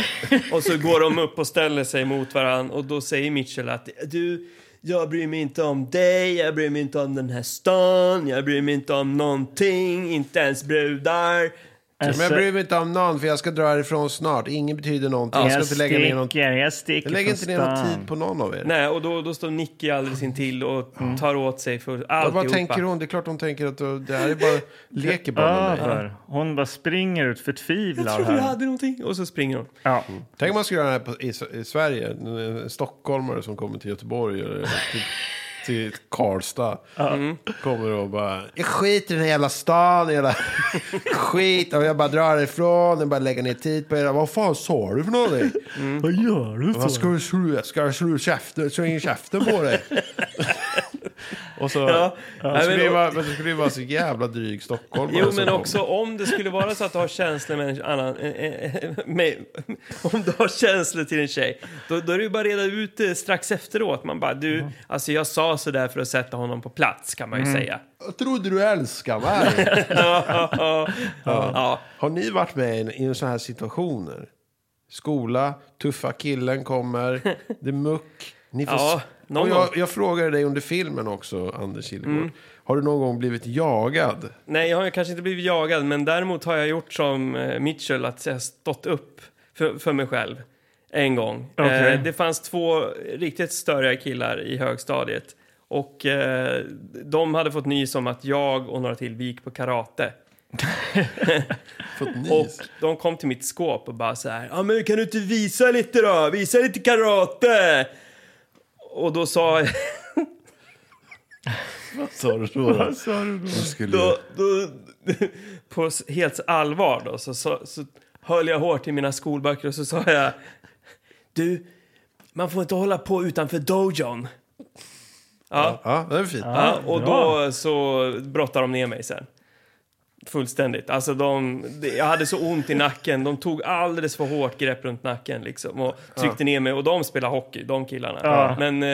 Speaker 2: och så går de upp och ställer sig mot varandra och då säger Mitchell att du, jag bryr mig inte om dig, jag bryr mig inte om den här stan, jag bryr mig inte om någonting, inte ens brudar.
Speaker 3: Men jag bryr mig inte om någon för jag ska dra härifrån snart. Ingen betyder någonting. Jag ska inte lägga ner någon,
Speaker 1: sticker, jag sticker
Speaker 3: jag lägger
Speaker 1: från
Speaker 3: inte ner någon
Speaker 1: stan.
Speaker 3: tid på någon av er.
Speaker 2: Nej, och då, då står Nicky alldeles intill och tar åt sig för
Speaker 3: Och
Speaker 2: alltihopa.
Speaker 3: Mm. vad tänker hon? Det är klart hon tänker att det här är bara leker bara med mig.
Speaker 1: Över. Hon bara springer ut förtvivlad.
Speaker 2: Jag trodde
Speaker 1: här.
Speaker 2: du hade någonting. Och så springer hon.
Speaker 1: Ja.
Speaker 3: Tänk om man skulle göra det här på, i, i Sverige. En, en stockholmare som kommer till Göteborg eller till, till Karlstad. Mm. Kommer och bara, jag skiter i den här jävla stan, jävla skit. Och jag bara drar ifrån, jag bara lägger ner tid på er. Vad fan sa du för någonting?
Speaker 1: Vad gör du?
Speaker 3: Mm. Vad ska du slå, ska du slå käften, slänga käften på dig? och så,
Speaker 2: Ja.
Speaker 3: så
Speaker 2: Nej,
Speaker 3: skulle
Speaker 2: men-
Speaker 3: det vara, men så skulle det vara så jävla dryg stockholmare.
Speaker 2: Jo,
Speaker 3: som
Speaker 2: men
Speaker 3: kom.
Speaker 2: också om det skulle vara så att du har känslor med en annan... eh, eh, Med, om du har känslor till en tjej, då, då är det ju bara att reda ut det strax efteråt. Man bara, du, alltså jag sa sådär för att sätta honom på plats, kan man ju säga.
Speaker 3: Jag trodde du älskade mig.
Speaker 2: ja. Ja.
Speaker 3: Har ni varit med i en- i en sån här situationer? Skola, tuffa killen kommer, det är muck. Ni får
Speaker 2: Ja,
Speaker 3: s-
Speaker 2: någon Mm.
Speaker 3: och jag, jag frågade dig under filmen också, Anders Kilgård, Har du någon gång blivit jagad?
Speaker 2: Nej, jag har kanske inte blivit jagad, men däremot har jag gjort som eh, Mitchell, att jag har stått upp för, för mig själv en gång.
Speaker 1: Okej.
Speaker 2: Eh, det fanns två riktigt större killar i högstadiet och eh, de hade fått nys om att jag och några till vi gick på karate.
Speaker 3: Fått nys?
Speaker 2: Och de kom till mitt skåp och bara så här, ja men kan du inte visa lite då? Visa lite karate! Och då sa jag,
Speaker 3: Sa du så? Då?
Speaker 1: Sa du då?
Speaker 3: Du skulle...
Speaker 2: då, då, på s- helt allvar då, så, så, så höll jag hårt i mina skolböcker och så sa jag Du, man får inte hålla på utanför dojon. Ja,
Speaker 3: Ja, det är fint.
Speaker 2: ja, och
Speaker 1: bra.
Speaker 2: då så brottade de ner mig sen. Fullständigt. Alltså de, det- jag hade så ont i nacken. De tog alldeles för hårt grepp runt nacken liksom och tryckte ner mig. Och de spelar hockey, de killarna.
Speaker 1: Ja.
Speaker 2: Men eh,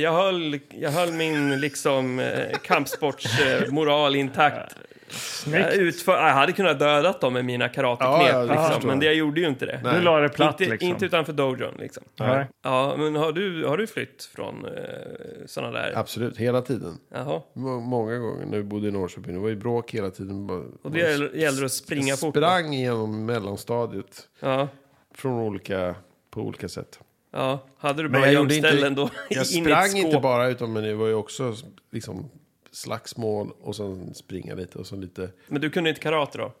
Speaker 2: jag, höll, jag höll min liksom eh, kampsportsmoral eh, moral intakt. Jag,
Speaker 1: Snyggt.
Speaker 2: utför, jag hade kunnat dödat dem med mina karateknep,
Speaker 3: Ja, ja, det
Speaker 2: liksom,
Speaker 3: förstår
Speaker 2: men
Speaker 3: jag.
Speaker 2: det, jag gjorde ju inte det.
Speaker 1: Du la det platt
Speaker 2: inte,
Speaker 1: liksom.
Speaker 2: inte utanför dojon. Liksom.
Speaker 1: Nej.
Speaker 2: Ja, men har du, har du flytt från eh, såna där?
Speaker 3: Absolut, hela tiden.
Speaker 2: Jaha.
Speaker 3: Må- Många gånger när vi bodde i Norrköping. Det var ju bråk hela tiden. Bara-
Speaker 2: Och det gäller, gäller att springa fort? då?
Speaker 3: sprang genom mellanstadiet
Speaker 2: Ja,
Speaker 3: från olika, på olika sätt.
Speaker 2: ja. Hade du
Speaker 3: Men
Speaker 2: bara
Speaker 3: jag gjorde
Speaker 2: gömställen
Speaker 3: inte-
Speaker 2: då?
Speaker 3: Jag
Speaker 2: in i ett
Speaker 3: sprang inte
Speaker 2: skåp?
Speaker 3: bara, utan men det var ju också liksom slagsmål och sen springa lite och sen lite...
Speaker 2: Men du kunde inte karate då?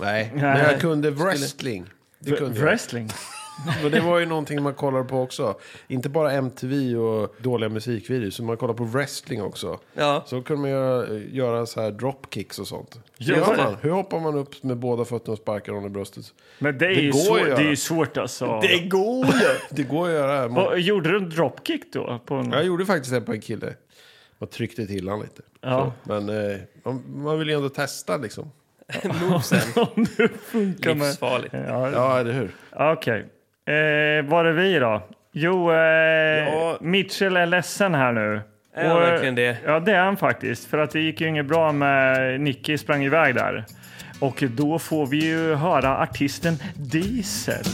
Speaker 3: Nej, men jag kunde wrestling. Det kunde jag.
Speaker 1: Wrestling?
Speaker 3: Och det var ju någonting man kollar på också. Inte bara MTV och dåliga musikvideos, utan man kollar på wrestling också.
Speaker 2: Ja.
Speaker 3: Så kunde man göra, göra så här dropkicks och sånt. Hur,
Speaker 1: Just
Speaker 3: gör
Speaker 1: det.
Speaker 3: man? Hur hoppar man upp med båda fötterna och sparkar honom i bröstet?
Speaker 1: Men det är,
Speaker 3: Det
Speaker 1: ju,
Speaker 3: går
Speaker 1: svår,
Speaker 3: att göra.
Speaker 1: det är ju svårt alltså.
Speaker 2: Det går ju!
Speaker 3: Det går att göra. Man,
Speaker 1: Vad- Gjorde du en dropkick då? På
Speaker 2: Mm.
Speaker 1: en...
Speaker 3: jag gjorde faktiskt det på en kille. Man tryckte till han lite.
Speaker 1: Ja.
Speaker 3: Så, men eh, man, man vill ju ändå testa liksom.
Speaker 1: Om det funkar med...
Speaker 2: Livsfarligt.
Speaker 1: Ja,
Speaker 3: Ja, eller hur?
Speaker 1: Ah, Okej. Eh, var är vi då? Jo, eh,
Speaker 2: Ja.
Speaker 1: Mitchell är ledsen här nu. eh,
Speaker 2: Är han verkligen det?
Speaker 1: Ja, det är han faktiskt. För att det gick ju inget bra med Nicky sprang iväg där. Och då får vi ju höra artisten Diesel.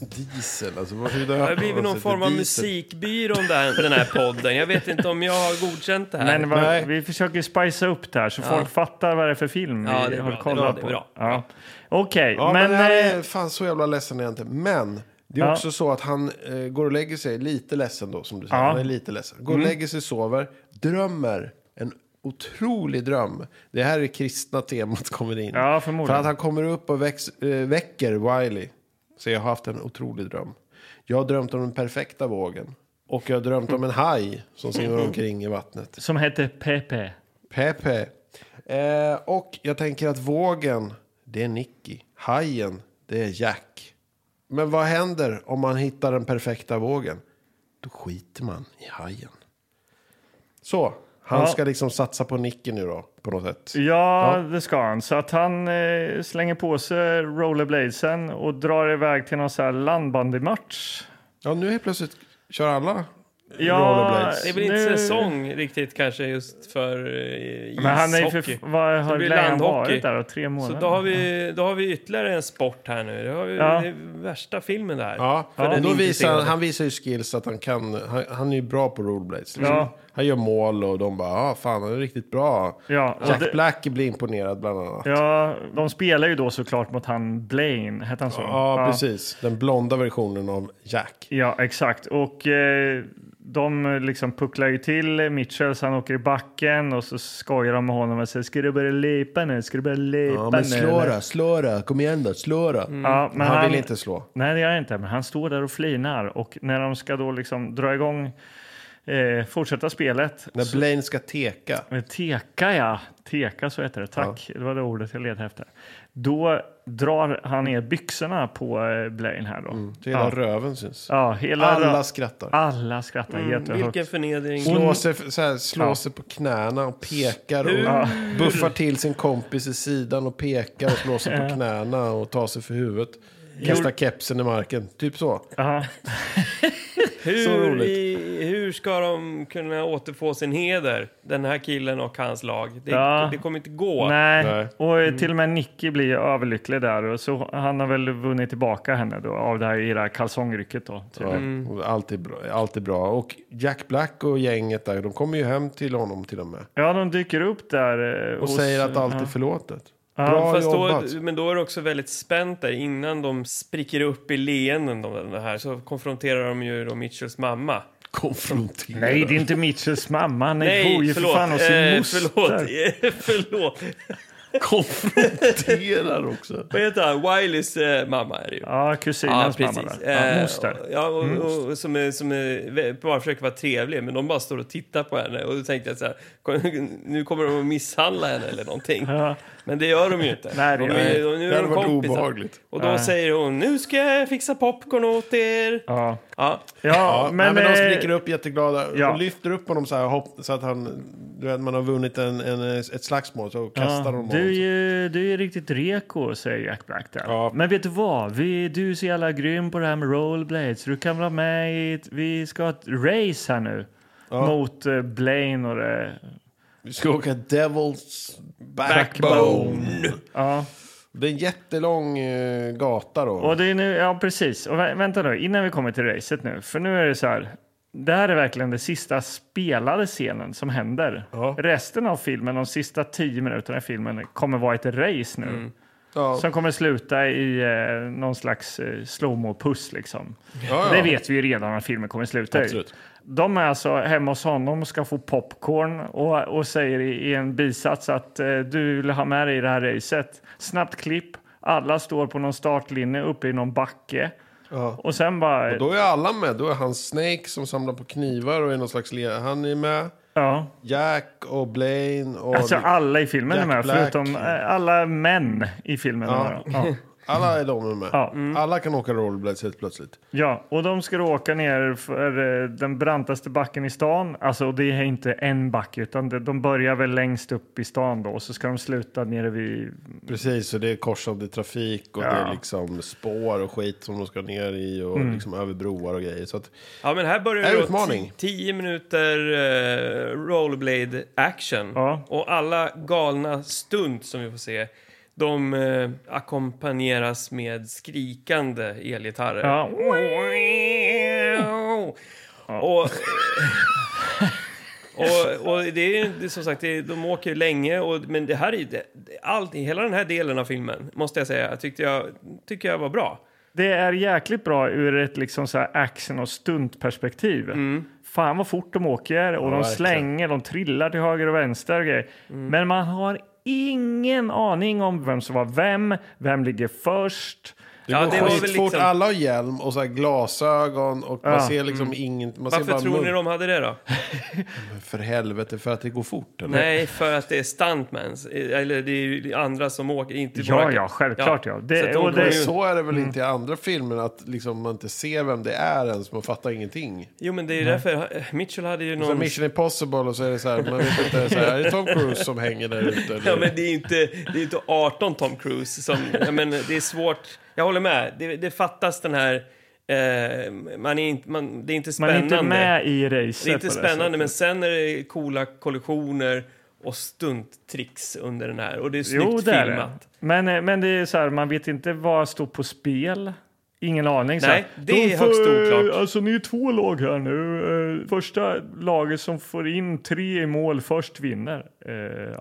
Speaker 3: Diesel, alltså varför
Speaker 2: Det har blivit någon form av musikbyrån där, den här podden. Jag vet inte om jag har godkänt det här.
Speaker 1: Men vad-
Speaker 3: Nej.
Speaker 1: vi försöker spicea upp det här så folk fattar vad det är för film
Speaker 2: Ja, det
Speaker 1: vi
Speaker 2: är
Speaker 1: har
Speaker 2: bra,
Speaker 1: kollat
Speaker 2: det är
Speaker 1: på.
Speaker 2: bra, det är
Speaker 1: Ja. Okej,
Speaker 3: Ja, men,
Speaker 1: men...
Speaker 3: men jag
Speaker 1: eh,
Speaker 3: är fan så jävla ledsen är jag inte. Men det är
Speaker 1: Ja.
Speaker 3: också så att han eh, går och lägger sig lite ledsen då, som du säger.
Speaker 1: Ja. Mm.
Speaker 3: Han är lite ledsen. Går och lägger sig, sover, drömmer. En otrolig dröm. Det här är kristna temat kommer in.
Speaker 1: Ja, förmodligen.
Speaker 3: För att han kommer upp och väx, eh, väcker Wiley. Så jag har haft en otrolig dröm. Jag har drömt om den perfekta vågen. Och jag har drömt om en haj som simmar omkring i vattnet.
Speaker 1: som heter Pepe.
Speaker 3: Pepe. Eh, och jag tänker att vågen, det är Nicky. Hajen, det är Jack. Men vad händer om man hittar den perfekta vågen? Då skiter man i hajen. Så, han
Speaker 1: Ja.
Speaker 3: ska liksom satsa på Nicky nu då, på något sätt.
Speaker 1: Ja, det ska han. Så att han eh, slänger på sig rollerbladesen och drar iväg till någon så här landbandymatch.
Speaker 3: Ja, nu helt plötsligt kör alla
Speaker 1: Ja,
Speaker 3: rollerblades.
Speaker 2: Det är väl inte
Speaker 1: Nu-
Speaker 2: säsong riktigt kanske just för eh, ishockey.
Speaker 1: Men han är ju för... Vad
Speaker 2: Det
Speaker 1: har
Speaker 2: blir
Speaker 1: länge han
Speaker 2: landhockey.
Speaker 1: varit där? då? Tre
Speaker 2: Så
Speaker 1: månader?
Speaker 2: då har, vi, då har vi ytterligare en sport här nu. Det, har vi,
Speaker 1: Ja.
Speaker 2: det är värsta filmen där.
Speaker 3: Ja,
Speaker 2: För den
Speaker 3: och då visar
Speaker 2: intresserade.
Speaker 3: han, han visar ju skills att han kan, han, han är ju bra på rollerblades. Liksom.
Speaker 1: Ja.
Speaker 3: Han gör mål och de bara, ah, fan han är riktigt bra.
Speaker 1: Ja, och
Speaker 3: Jack
Speaker 1: det-
Speaker 3: Black blir imponerad bland annat.
Speaker 1: Ja, de spelar ju då såklart mot han Blaine, hette han så?
Speaker 3: Ja, precis. Den blonda versionen av Jack.
Speaker 1: Ja, exakt. Och eh, de liksom pucklar ju till Mitchell så han åker i backen och så skojar de med honom och säger ska du börja lipa nu? Ska du börja lipa nu? eller?" Mm.
Speaker 3: slå då. Kom igen då, slå då.
Speaker 1: Ja, men
Speaker 3: Mm. han,
Speaker 1: han,
Speaker 3: vill inte slå.
Speaker 1: Nej, det gör han inte. Men han står där och flinar. Och när de ska då liksom dra igång, eh, fortsätta spelet.
Speaker 3: När
Speaker 1: så-
Speaker 3: Blaine ska teka.
Speaker 1: eh, Teka, ja. Teka, så heter det. Tack. Det var det ordet jag letade efter. Då drar han ner byxorna på eh, Blaine här då.
Speaker 3: Hela
Speaker 1: Ja.
Speaker 3: röven syns.
Speaker 1: Ja, hela
Speaker 3: Mm. Alla
Speaker 1: rö-
Speaker 3: skrattar. Mm,
Speaker 1: alla skrattar jättehögt.
Speaker 2: Vilken förnedring.
Speaker 3: Slår sig, så här, slår sig på knäna och pekar och buffar till sin kompis i sidan och pekar och slår sig på knäna och tar sig för huvudet. Kastar kepsen i marken. Typ så.
Speaker 1: Ja.
Speaker 2: Hur,
Speaker 3: Så roligt.
Speaker 2: i, hur hur ska de kunna återfå sin heder, den här killen och hans lag? Det,
Speaker 1: Ja.
Speaker 2: det kommer inte gå.
Speaker 1: Nej. och
Speaker 3: Mm.
Speaker 1: eh, till och med Nicky blir ju överlycklig där. Och så han har väl vunnit tillbaka henne då av det här i det här kalsongrycket då.
Speaker 3: Ja,
Speaker 1: tydligen.
Speaker 3: och allt, är bra, allt är bra. Och Jack Black och gänget där, de kommer ju hem till honom till och med.
Speaker 1: Ja, de dyker upp där. eh,
Speaker 3: Och
Speaker 1: hos-
Speaker 3: säger att allt
Speaker 1: ja.
Speaker 3: är förlåtet.
Speaker 1: Ja,
Speaker 3: Bra
Speaker 2: Fast då,
Speaker 3: jobbat.
Speaker 2: men då är det också väldigt spänt där innan de spricker upp i leenden. De, de här, så konfronterar de ju då Mitchells mamma.
Speaker 3: Konfronterad.
Speaker 1: Nej, det är inte Mitchells mamma. Han
Speaker 2: Nej,
Speaker 1: bor ju för
Speaker 2: förlåt.
Speaker 1: fan hos sin
Speaker 2: Eh,
Speaker 1: moster.
Speaker 2: förlåt. förlåt.
Speaker 3: Konfronterar också.
Speaker 2: Vad heter han? Wileys eh, mamma är det ju.
Speaker 1: Ja, kusinens mamma där. Ja,
Speaker 2: Eh,
Speaker 1: moster. Mm.
Speaker 2: Ja, och, och, som, är, som är, vä- bara försöker vara trevlig, men de bara står och tittar på henne. Och då tänkte jag så här, "Kom- nu kommer de att misshandla henne eller någonting.
Speaker 1: Ja.
Speaker 2: Men det gör de ju inte.
Speaker 1: Nej, det
Speaker 2: de
Speaker 1: gör de
Speaker 2: är,
Speaker 1: inte.
Speaker 2: de, nu är
Speaker 3: Det hade
Speaker 2: de
Speaker 3: varit
Speaker 2: kompisar.
Speaker 3: obehagligt.
Speaker 2: Och då säger hon, nu ska jag fixa popcorn åt er.
Speaker 1: Ja.
Speaker 2: Ja,
Speaker 1: Ja,
Speaker 3: Ja,
Speaker 1: men,
Speaker 3: men, nej, men de
Speaker 1: eh,
Speaker 3: spricker upp jätteglada
Speaker 1: ja.
Speaker 3: och lyfter upp honom så här hopp, så att han, du vet, man har vunnit en, en, ett slagsmål så kastar de honom.
Speaker 1: du, är ju, du är ju riktigt reko, säger Jack Black där.
Speaker 3: Ja.
Speaker 1: Men vet du vad? Vi, du är så jävla grym på det här med rollerblades. Du kan vara med i ett, Vi ska ha ett race här nu. Mot eh, Blaine och det.
Speaker 3: Vi ska åka Devil's Backbone.
Speaker 1: Ja.
Speaker 3: Det är en jättelång eh, gata då.
Speaker 1: Och det är nu, ja, precis. Och vä- vänta nu, innan vi kommer till racet nu. För nu är det så här. Det här är verkligen den sista spelade scenen som händer. Resten av filmen, de sista tio minuterna i filmen, kommer vara ett race nu.
Speaker 3: ja.
Speaker 1: Som kommer sluta i eh, någon slags eh, slowmo-puss liksom.
Speaker 3: ja.
Speaker 1: Det vet vi ju redan när filmen kommer sluta
Speaker 3: Absolut.
Speaker 1: i. De är alltså hemma hos honom och ska få popcorn och, och säger i, i en bisats att eh, du vill ha med dig i det här racet. Snabbt klipp, alla står på någon startlinje uppe i någon backe. Och sen bara...
Speaker 3: Då är alla med. Då är han Snake som samlar på knivar och är någon slags le- Han är med.
Speaker 1: ja.
Speaker 3: Jack och Blaine och...
Speaker 1: Alltså alla i filmen
Speaker 3: Jack
Speaker 1: är med,
Speaker 3: Black.
Speaker 1: förutom eh, alla män i filmen. är med.
Speaker 3: Ja.
Speaker 1: Ja.
Speaker 3: Alla är de är med.
Speaker 1: Ja.
Speaker 2: Mm.
Speaker 3: Alla kan åka rollerblades helt plötsligt.
Speaker 1: Ja, och de ska då åka ner för eh, den brantaste backen i stan. Alltså, och det är inte en backe, utan de- de börjar väl längst upp i stan då, och så ska de sluta nere vid...
Speaker 3: Precis, och det är korsande trafik och
Speaker 1: Ja.
Speaker 3: det är liksom spår och skit som de ska ner i och
Speaker 2: Mm.
Speaker 3: liksom över broar och grejer. Så att,
Speaker 2: ja men här börjar
Speaker 3: Är
Speaker 2: det
Speaker 3: utmaning.
Speaker 2: 10 minuter eh, rollerblade action.
Speaker 1: Ja.
Speaker 2: Och alla galna stunt som vi får se, de eh, ackompanjeras med skrikande elgitarrer.
Speaker 1: Ja.
Speaker 2: Och, och, och det är ju- det är som sagt, det är, de åker ju länge, och, men det här är ju- det, det- allt, hela den här delen av filmen, måste jag säga, tyckte jag, tycker jag var bra.
Speaker 1: Det är jäkligt bra ur ett liksom så här action och stuntperspektiv.
Speaker 2: Mm.
Speaker 1: Fan vad fort de åker och de
Speaker 3: verkligen.
Speaker 1: slänger, de trillar till höger och vänster. Och grejer.
Speaker 2: Mm.
Speaker 1: Men man har ingen aning om vem som var vem, vem ligger först.
Speaker 2: Ja,
Speaker 3: det var väl liksom... alla har hjälm och så här glasögon och man ser liksom inget. Man ser
Speaker 2: Mm. Varför
Speaker 3: bara
Speaker 2: tror ni
Speaker 3: mun-
Speaker 2: de hade det då?
Speaker 3: För helvete, för att det går fort eller?
Speaker 2: Nej, för att det är stuntmans. Eller det är ju andra som åker, inte
Speaker 1: Ja,
Speaker 2: bara...
Speaker 1: ja, självklart, ja. Det-
Speaker 2: Så att de
Speaker 1: och det-
Speaker 2: kommer ju-
Speaker 3: Så är det
Speaker 2: Mm.
Speaker 3: väl inte i andra filmer att liksom man inte ser vem det är ens, man fattar ingenting.
Speaker 2: Jo, men det är ju därför... eh, Mitchell hade ju
Speaker 3: Så
Speaker 2: någon...
Speaker 3: Mission Impossible och så är det så här, man vet inte, så här, är det Tom Cruise som hänger där ute? eller?
Speaker 2: Ja, men det är ju inte, det är inte 18 Tom Cruise som... ja, men det är svårt. Jag håller med. Det, det fattas den här... Eh, man är inte, man, det är inte
Speaker 1: Man är
Speaker 2: spännande.
Speaker 1: inte med i racet.
Speaker 2: det är inte
Speaker 1: på sättet.
Speaker 2: spännande, men sen är det coola kollisioner och stunttricks under den här. Och det är snyggt
Speaker 1: är det.
Speaker 2: filmat.
Speaker 1: Men, eh, men det är så här, man vet inte vad står på spel. Ingen aning. så
Speaker 2: Nej,
Speaker 1: här.
Speaker 2: det är
Speaker 1: De
Speaker 2: högst
Speaker 1: får, eh,
Speaker 2: oklart.
Speaker 1: Alltså, ni är två lag här nu. Eh, Första laget som får in tre i mål först vinner. Eh,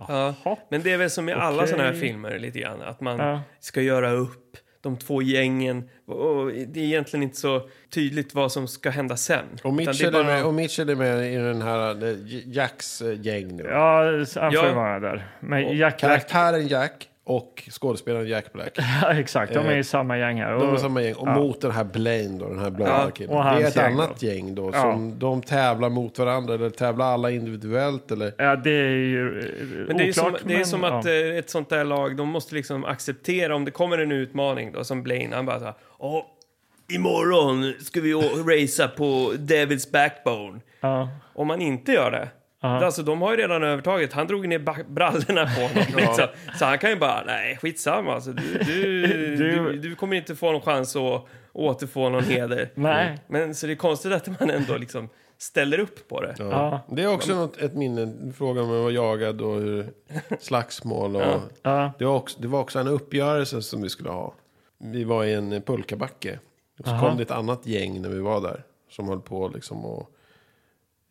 Speaker 2: Ja,
Speaker 1: jaha.
Speaker 2: men det är väl som i alla
Speaker 1: Okej.
Speaker 2: såna här filmer lite grann, att man
Speaker 1: Ja.
Speaker 2: ska göra upp de två gängen. Och och det är egentligen inte så tydligt vad som ska hända sen.
Speaker 3: Och
Speaker 2: Utan det
Speaker 3: Mitchell,
Speaker 2: bara-
Speaker 3: är med, och Mitchell är med i den här eh, J- Jacks eh, gäng nu.
Speaker 1: Ja, han får
Speaker 2: Ja.
Speaker 1: ju vara där. Men Jack Black,
Speaker 3: Karaktären Jack och skådespelaren Jack Black.
Speaker 1: ja, exakt, de är
Speaker 2: Eh,
Speaker 1: i samma gäng här.
Speaker 3: De är
Speaker 1: Och-
Speaker 3: samma gäng. Och mot den här Blaine då, den här blonda
Speaker 2: Ja,
Speaker 3: killen.
Speaker 1: och hans
Speaker 3: Det är ett
Speaker 1: gäng
Speaker 3: annat
Speaker 1: då.
Speaker 3: gäng då
Speaker 1: Ja.
Speaker 3: som de tävlar mot varandra eller tävlar alla individuellt eller...
Speaker 1: Ja, det är ju eh,
Speaker 2: Men det är,
Speaker 1: oklart.
Speaker 2: som, det är
Speaker 1: men,
Speaker 2: som
Speaker 1: ja.
Speaker 2: att eh, ett sånt där lag, de måste liksom acceptera om det kommer en utmaning då, som Blaine, han bara så här, "Åh, imorgon ska vi å- racea på Devils backbone.
Speaker 1: Ja.
Speaker 2: Om man inte gör det,
Speaker 1: Aha.
Speaker 2: Alltså, de har ju redan övertaget. Han drog ner ba- brallorna på honom. liksom. Så han kan ju bara, nej, skitsamma. Alltså, du, du,
Speaker 1: Du-
Speaker 2: du... Du, kommer inte få någon chans att återfå någon heder.
Speaker 1: Nej.
Speaker 2: Men så det är konstigt att man ändå liksom ställer upp på det.
Speaker 1: Ja.
Speaker 3: Det är också något, ett minne, frågan om att vara jagad och hur, slagsmål. Och,
Speaker 1: Ja.
Speaker 3: Det, var också, det var också en uppgörelse som vi skulle ha. Vi var i en pulkabacke. Och så
Speaker 1: Aha.
Speaker 3: kom det ett annat gäng när vi var där. Som höll på liksom och...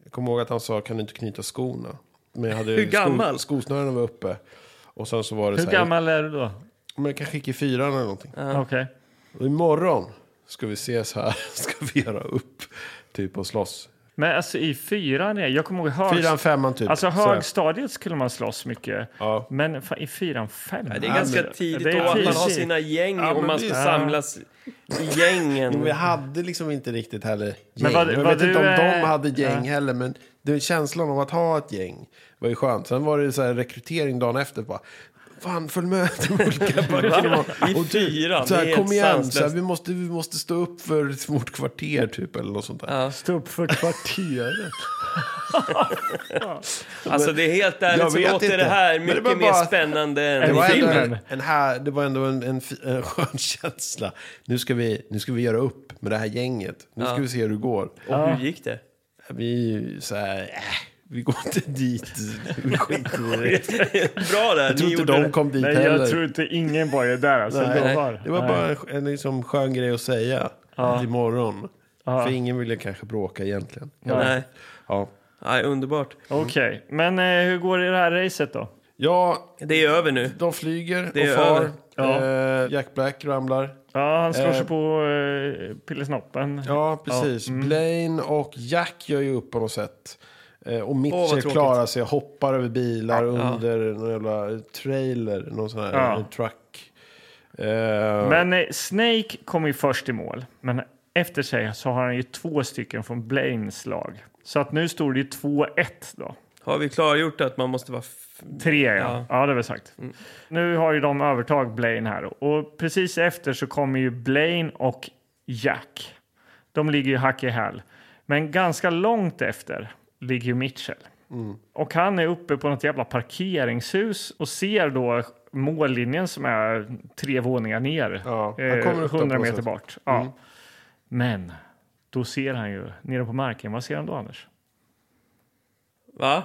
Speaker 3: Jag kommer ihåg att han sa, kan du inte knyta skorna? Men jag hade
Speaker 2: Hur gammal?
Speaker 3: Sko, skosnören var uppe. Och sen så var det
Speaker 1: Hur
Speaker 3: så här,
Speaker 1: gammal är du då?
Speaker 3: Men jag kanske gick i fyran eller någonting.
Speaker 1: Okej.
Speaker 3: Och imorgon ska vi ses här. Ska vi göra upp. Typ och slåss.
Speaker 1: Men alltså i fyran, är, jag kommer ihåg högst...
Speaker 3: Fyran, femman typ.
Speaker 1: Alltså
Speaker 3: Så här.
Speaker 1: högstadiet skulle man slåss mycket.
Speaker 3: Ja.
Speaker 1: Men fan, i fyran, femman? Alltså,
Speaker 2: Det är ganska tidigt då att man har sina gäng och man ska
Speaker 1: precis.
Speaker 2: samlas i
Speaker 3: Jo,
Speaker 2: gängen.
Speaker 3: men jag hade liksom inte riktigt heller gäng.
Speaker 1: Men vad-
Speaker 3: jag
Speaker 1: vad
Speaker 3: vet inte om
Speaker 1: du,
Speaker 3: de
Speaker 1: eh,
Speaker 3: hade gäng heller, men det, känslan av att ha ett gäng var ju skönt. Sen var det så här rekrytering dagen efter. Bara, Fan, följ med till olika partier.
Speaker 2: I fyran,
Speaker 3: Så
Speaker 2: det
Speaker 3: här,
Speaker 2: är
Speaker 3: kom
Speaker 2: helt
Speaker 3: igen,
Speaker 2: sanslöst.
Speaker 3: så här, vi, måste, vi måste stå upp för vårt kvarter typ, eller något sånt där.
Speaker 1: Stå upp för kvarteret.
Speaker 2: Alltså det är helt
Speaker 3: Jag
Speaker 2: ärligt så
Speaker 3: vet
Speaker 2: låter
Speaker 3: inte.
Speaker 2: det här
Speaker 3: Men det
Speaker 2: mycket
Speaker 3: var
Speaker 2: mer
Speaker 3: bara-
Speaker 2: spännande
Speaker 1: Det
Speaker 2: än
Speaker 3: Det var ändå,
Speaker 1: filmen.
Speaker 3: en, en, här, det var ändå en, en, fi- en skön känsla. Nu ska, vi, nu ska vi göra upp med det här gänget. Nu ska vi se hur det går.
Speaker 2: Och hur gick det?
Speaker 3: Vi är ju så här, äh, vi går inte dit. Vi skiter i det.
Speaker 2: Bra där,
Speaker 3: Jag tror
Speaker 2: ni
Speaker 3: inte
Speaker 2: gjorde
Speaker 3: de
Speaker 2: det.
Speaker 3: kom dit
Speaker 1: Nej,
Speaker 3: heller.
Speaker 1: jag tror inte ingen var ju där. Alltså,
Speaker 3: Nej,
Speaker 1: lovar.
Speaker 3: Det var
Speaker 1: Nej.
Speaker 3: bara en, en liksom skön grej att säga imorgon. För ingen ville kanske bråka egentligen. Ja.
Speaker 2: Nej.
Speaker 3: Ja.
Speaker 2: Nej, underbart.
Speaker 1: Okej, men eh, hur går det i det här racet då?
Speaker 3: ja,
Speaker 2: Det är över nu.
Speaker 3: de flyger
Speaker 2: Det är
Speaker 3: och far.
Speaker 2: över.
Speaker 1: Ja.
Speaker 3: Eh, Jack Black ramlar.
Speaker 1: Ja, han slår
Speaker 3: Eh.
Speaker 1: sig på eh, pillesnoppen.
Speaker 3: Ja, precis. Blaine och Jack gör ju upp på något sätt. Eh, och
Speaker 2: vad
Speaker 3: Mitchell
Speaker 2: tråkigt.
Speaker 3: klarar sig, hoppar över bilar under någon jävla trailer, någon sån här
Speaker 1: Ja.
Speaker 3: eh, truck. Eh,
Speaker 1: Men eh, Snake kommer ju först i mål. Men efter sig så har han ju två stycken från Blaines lag. Så att nu står det ju 2-1 då.
Speaker 2: Har vi klargjort att man måste vara... F-
Speaker 1: Tre, ja. ja. det är väl sagt.
Speaker 3: Mm.
Speaker 1: Nu har ju de övertag Blaine här. Och precis efter så kommer ju Blaine och Jack. De ligger ju hack i häl. Men ganska långt efter ligger ju Mitchell.
Speaker 3: Mm.
Speaker 1: Och han är uppe på något jävla parkeringshus och ser då mållinjen som är tre våningar ner.
Speaker 3: Ja, han
Speaker 1: eh,
Speaker 3: kommer upp där
Speaker 1: 100
Speaker 3: på
Speaker 1: meter
Speaker 3: sätt. Mm.
Speaker 1: bort. Ja. Men då ser han ju nere på marken. Vad ser han då, Anders?
Speaker 2: Va?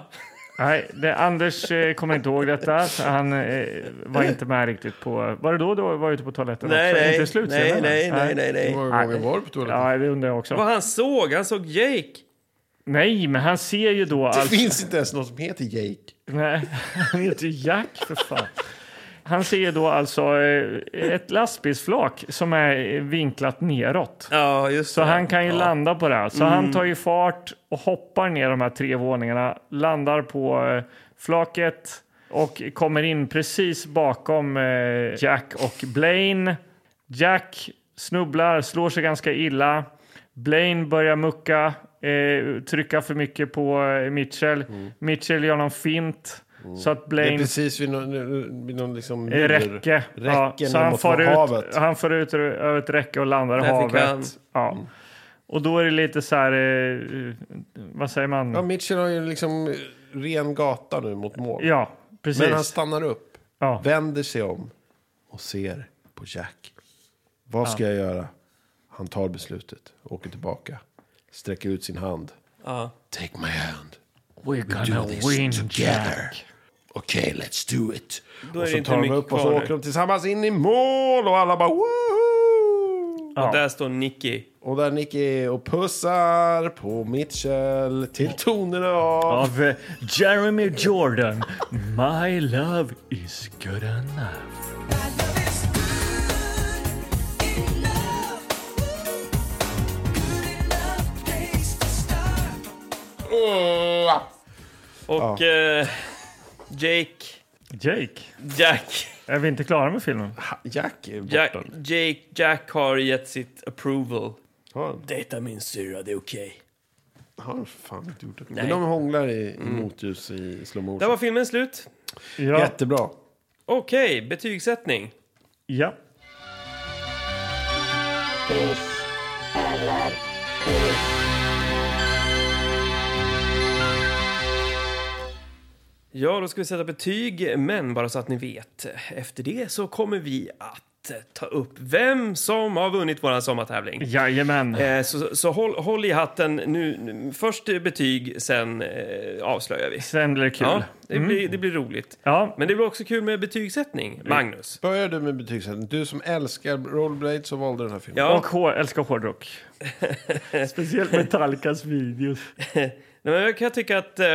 Speaker 1: Nej, det, Anders eh, kommer inte ihåg detta. så Han eh, var inte med riktigt på... Var det då du var ute på toaletten
Speaker 2: Nej,
Speaker 1: också?
Speaker 2: nej.
Speaker 1: Inte slut
Speaker 2: nej, nej, nej, nej,
Speaker 3: hur
Speaker 2: nej.
Speaker 3: många gånger var du på toaletten?
Speaker 1: Ja, det undrar jag också.
Speaker 2: Vad han såg? Han såg Jake.
Speaker 1: Nej, men han ser ju då...
Speaker 3: Det
Speaker 1: Alltså,
Speaker 3: finns inte ens någon som heter Jake.
Speaker 1: nej, han heter ju Jack, för fan. Han ser ju då alltså eh, ett lastbilsflak som är eh, vinklat neråt.
Speaker 2: Ja, Mm. just
Speaker 1: Så
Speaker 2: det.
Speaker 1: han kan ju landa på det. här. Så han tar ju fart och hoppar ner de här tre våningarna, landar på eh, flaket och kommer in precis bakom eh, Jack och Blaine. Jack snubblar, slår sig ganska illa. Blaine börjar mucka, eh, trycka för mycket på eh, Mitchell.
Speaker 2: Mm.
Speaker 1: Mitchell gör någon fint så att
Speaker 3: Det är
Speaker 1: Blaine
Speaker 3: precis vid någon, vid någon liksom mur.
Speaker 1: Eh, Räcke. Ja,
Speaker 3: Räcke
Speaker 1: så han
Speaker 3: mot
Speaker 1: far,
Speaker 3: havet.
Speaker 1: ut, han far ut över ett räcke och landar i
Speaker 2: Där fick han.
Speaker 1: havet. Ja. Och då är det lite så här... Eh, vad säger man?
Speaker 3: Ja, Mitchell har ju liksom ren gata nu mot mål.
Speaker 1: ja, precis.
Speaker 3: Men han stannar upp,
Speaker 1: ja.
Speaker 3: vänder sig om och ser på Jack. Vad ska jag göra? Han tar beslutet, åker tillbaka, sträcker ut sin hand.
Speaker 2: Ja.
Speaker 3: Take my hand.
Speaker 1: We're gonna win, Jack.
Speaker 3: Okej, let's do it.
Speaker 2: Då är
Speaker 3: Och
Speaker 2: det
Speaker 3: så
Speaker 2: inte
Speaker 3: tar de
Speaker 2: mycket
Speaker 3: upp och så
Speaker 2: kvar
Speaker 3: åker
Speaker 2: nu.
Speaker 3: de tillsammans in i mål och alla bara woho!
Speaker 1: Ja.
Speaker 2: Där står Nicky.
Speaker 3: Och där Nicky och pussar på Mitchell till tonerna av...
Speaker 1: Av eh, Jeremy Jordan. My love is good enough.
Speaker 2: Och eh, Jake.
Speaker 1: Jake,
Speaker 2: Jack.
Speaker 1: är vi inte klara med filmen?
Speaker 3: Ha- Jack är borta.
Speaker 2: Jack, Jake, Jack har gett sitt approval.
Speaker 3: Har han?
Speaker 2: Dejta min syrra, det är okej.
Speaker 3: Har han fan inte gjort det? Men de hånglar i, i motljus i
Speaker 2: Där
Speaker 3: slow motion.
Speaker 2: Mm. var filmen slut.
Speaker 1: Ja.
Speaker 3: Jättebra.
Speaker 2: Okej, betygssättning.
Speaker 1: ja.
Speaker 2: Ja, då ska vi sätta betyg, men bara så att ni vet. Efter det så kommer vi att ta upp vem som har vunnit vår sommartävling.
Speaker 1: Jajamän.
Speaker 2: Eh, så så håll, håll i hatten. Nu, nu, först betyg, sen eh, avslöjar vi.
Speaker 1: Sen blir det kul. Mm.
Speaker 2: Ja, det, blir, det blir roligt.
Speaker 1: Ja.
Speaker 2: Men det blir också kul med betygssättning, Magnus.
Speaker 3: Börjar du med betygssättning. Du som älskar Rollblade så valde den här filmen.
Speaker 2: Ja.
Speaker 1: Och hår, älskar hårdrock. Speciellt Metallicas videos.
Speaker 2: Nej, men jag kan tycka att eh,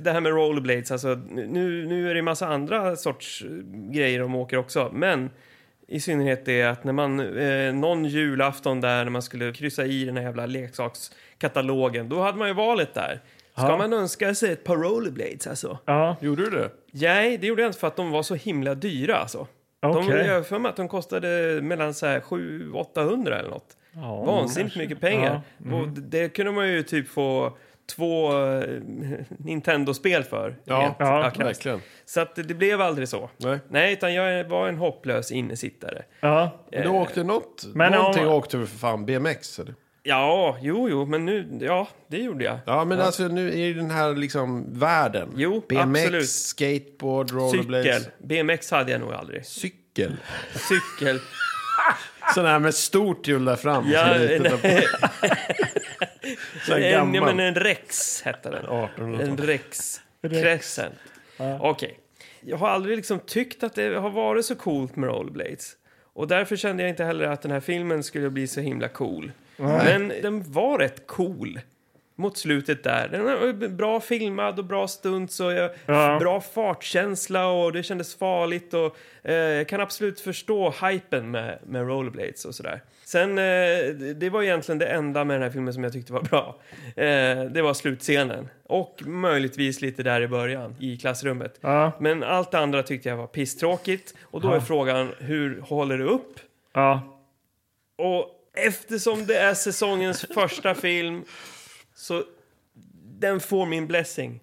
Speaker 2: det här med rollerblades, alltså, nu, nu är det en massa andra sorts eh, grejer de åker också, men i synnerhet det att när man, eh, någon julafton där när man skulle kryssa i den här jävla leksakskatalogen, då hade man ju valet där. Ska man önska sig ett par rollerblades alltså?
Speaker 1: Ja.
Speaker 3: Gjorde du det?
Speaker 2: Nej, det gjorde jag inte för att de var så himla dyra alltså. De,
Speaker 1: Okej.
Speaker 2: jag har för mig att de kostade mellan så här 700-800 eller något. Vansinnigt mycket pengar. Och
Speaker 1: mm.
Speaker 2: d- det kunde man ju typ få två eh, Nintendo-spel för.
Speaker 3: Ja,
Speaker 2: Rent
Speaker 1: Ja.
Speaker 2: krasst.
Speaker 3: verkligen.
Speaker 2: Så att det- det blev aldrig så.
Speaker 3: Nej.
Speaker 2: Nej, utan jag var en hopplös innesittare.
Speaker 1: Ja.
Speaker 3: Men
Speaker 2: Eh.
Speaker 3: du åkte något,
Speaker 1: Men
Speaker 3: någonting
Speaker 1: om-
Speaker 3: åkte du för fan, BMX eller?
Speaker 2: Ja, jo, jo, men nu, ja, det gjorde jag.
Speaker 3: Ja, men alltså nu är ju den här liksom världen.
Speaker 2: Jo,
Speaker 3: BMX,
Speaker 2: absolut.
Speaker 3: skateboard, rollerblades.
Speaker 2: Cykel. BMX hade jag nog aldrig.
Speaker 3: Cykel?
Speaker 2: Cykel.
Speaker 3: Sån här med stort hjul där fram.
Speaker 2: Ja,
Speaker 3: så litet där på. Sån här
Speaker 2: En, ja,
Speaker 3: gammal.
Speaker 2: men en Rex hette den.
Speaker 3: 1800-tal.
Speaker 2: En Rex. Crescent. Okej. Jag har aldrig liksom tyckt att det har varit så coolt med rollerblades. Och därför kände jag inte heller att den här filmen skulle bli så himla cool. Men den var rätt cool mot slutet där. Den var bra filmad och bra stunts och jag,
Speaker 1: Ja.
Speaker 2: bra fartkänsla och det kändes farligt och eh, jag kan absolut förstå hypen med, med rollerblades och sådär. Sen, eh, det- det var egentligen det enda med den här filmen som jag tyckte var bra. Eh, det var slutscenen och möjligtvis lite där i början i klassrummet.
Speaker 1: Ja.
Speaker 2: Men allt det andra tyckte jag var pisstråkigt och då är frågan hur håller det upp?
Speaker 1: Ja.
Speaker 2: Och eftersom det är säsongens första film så den får min blessing.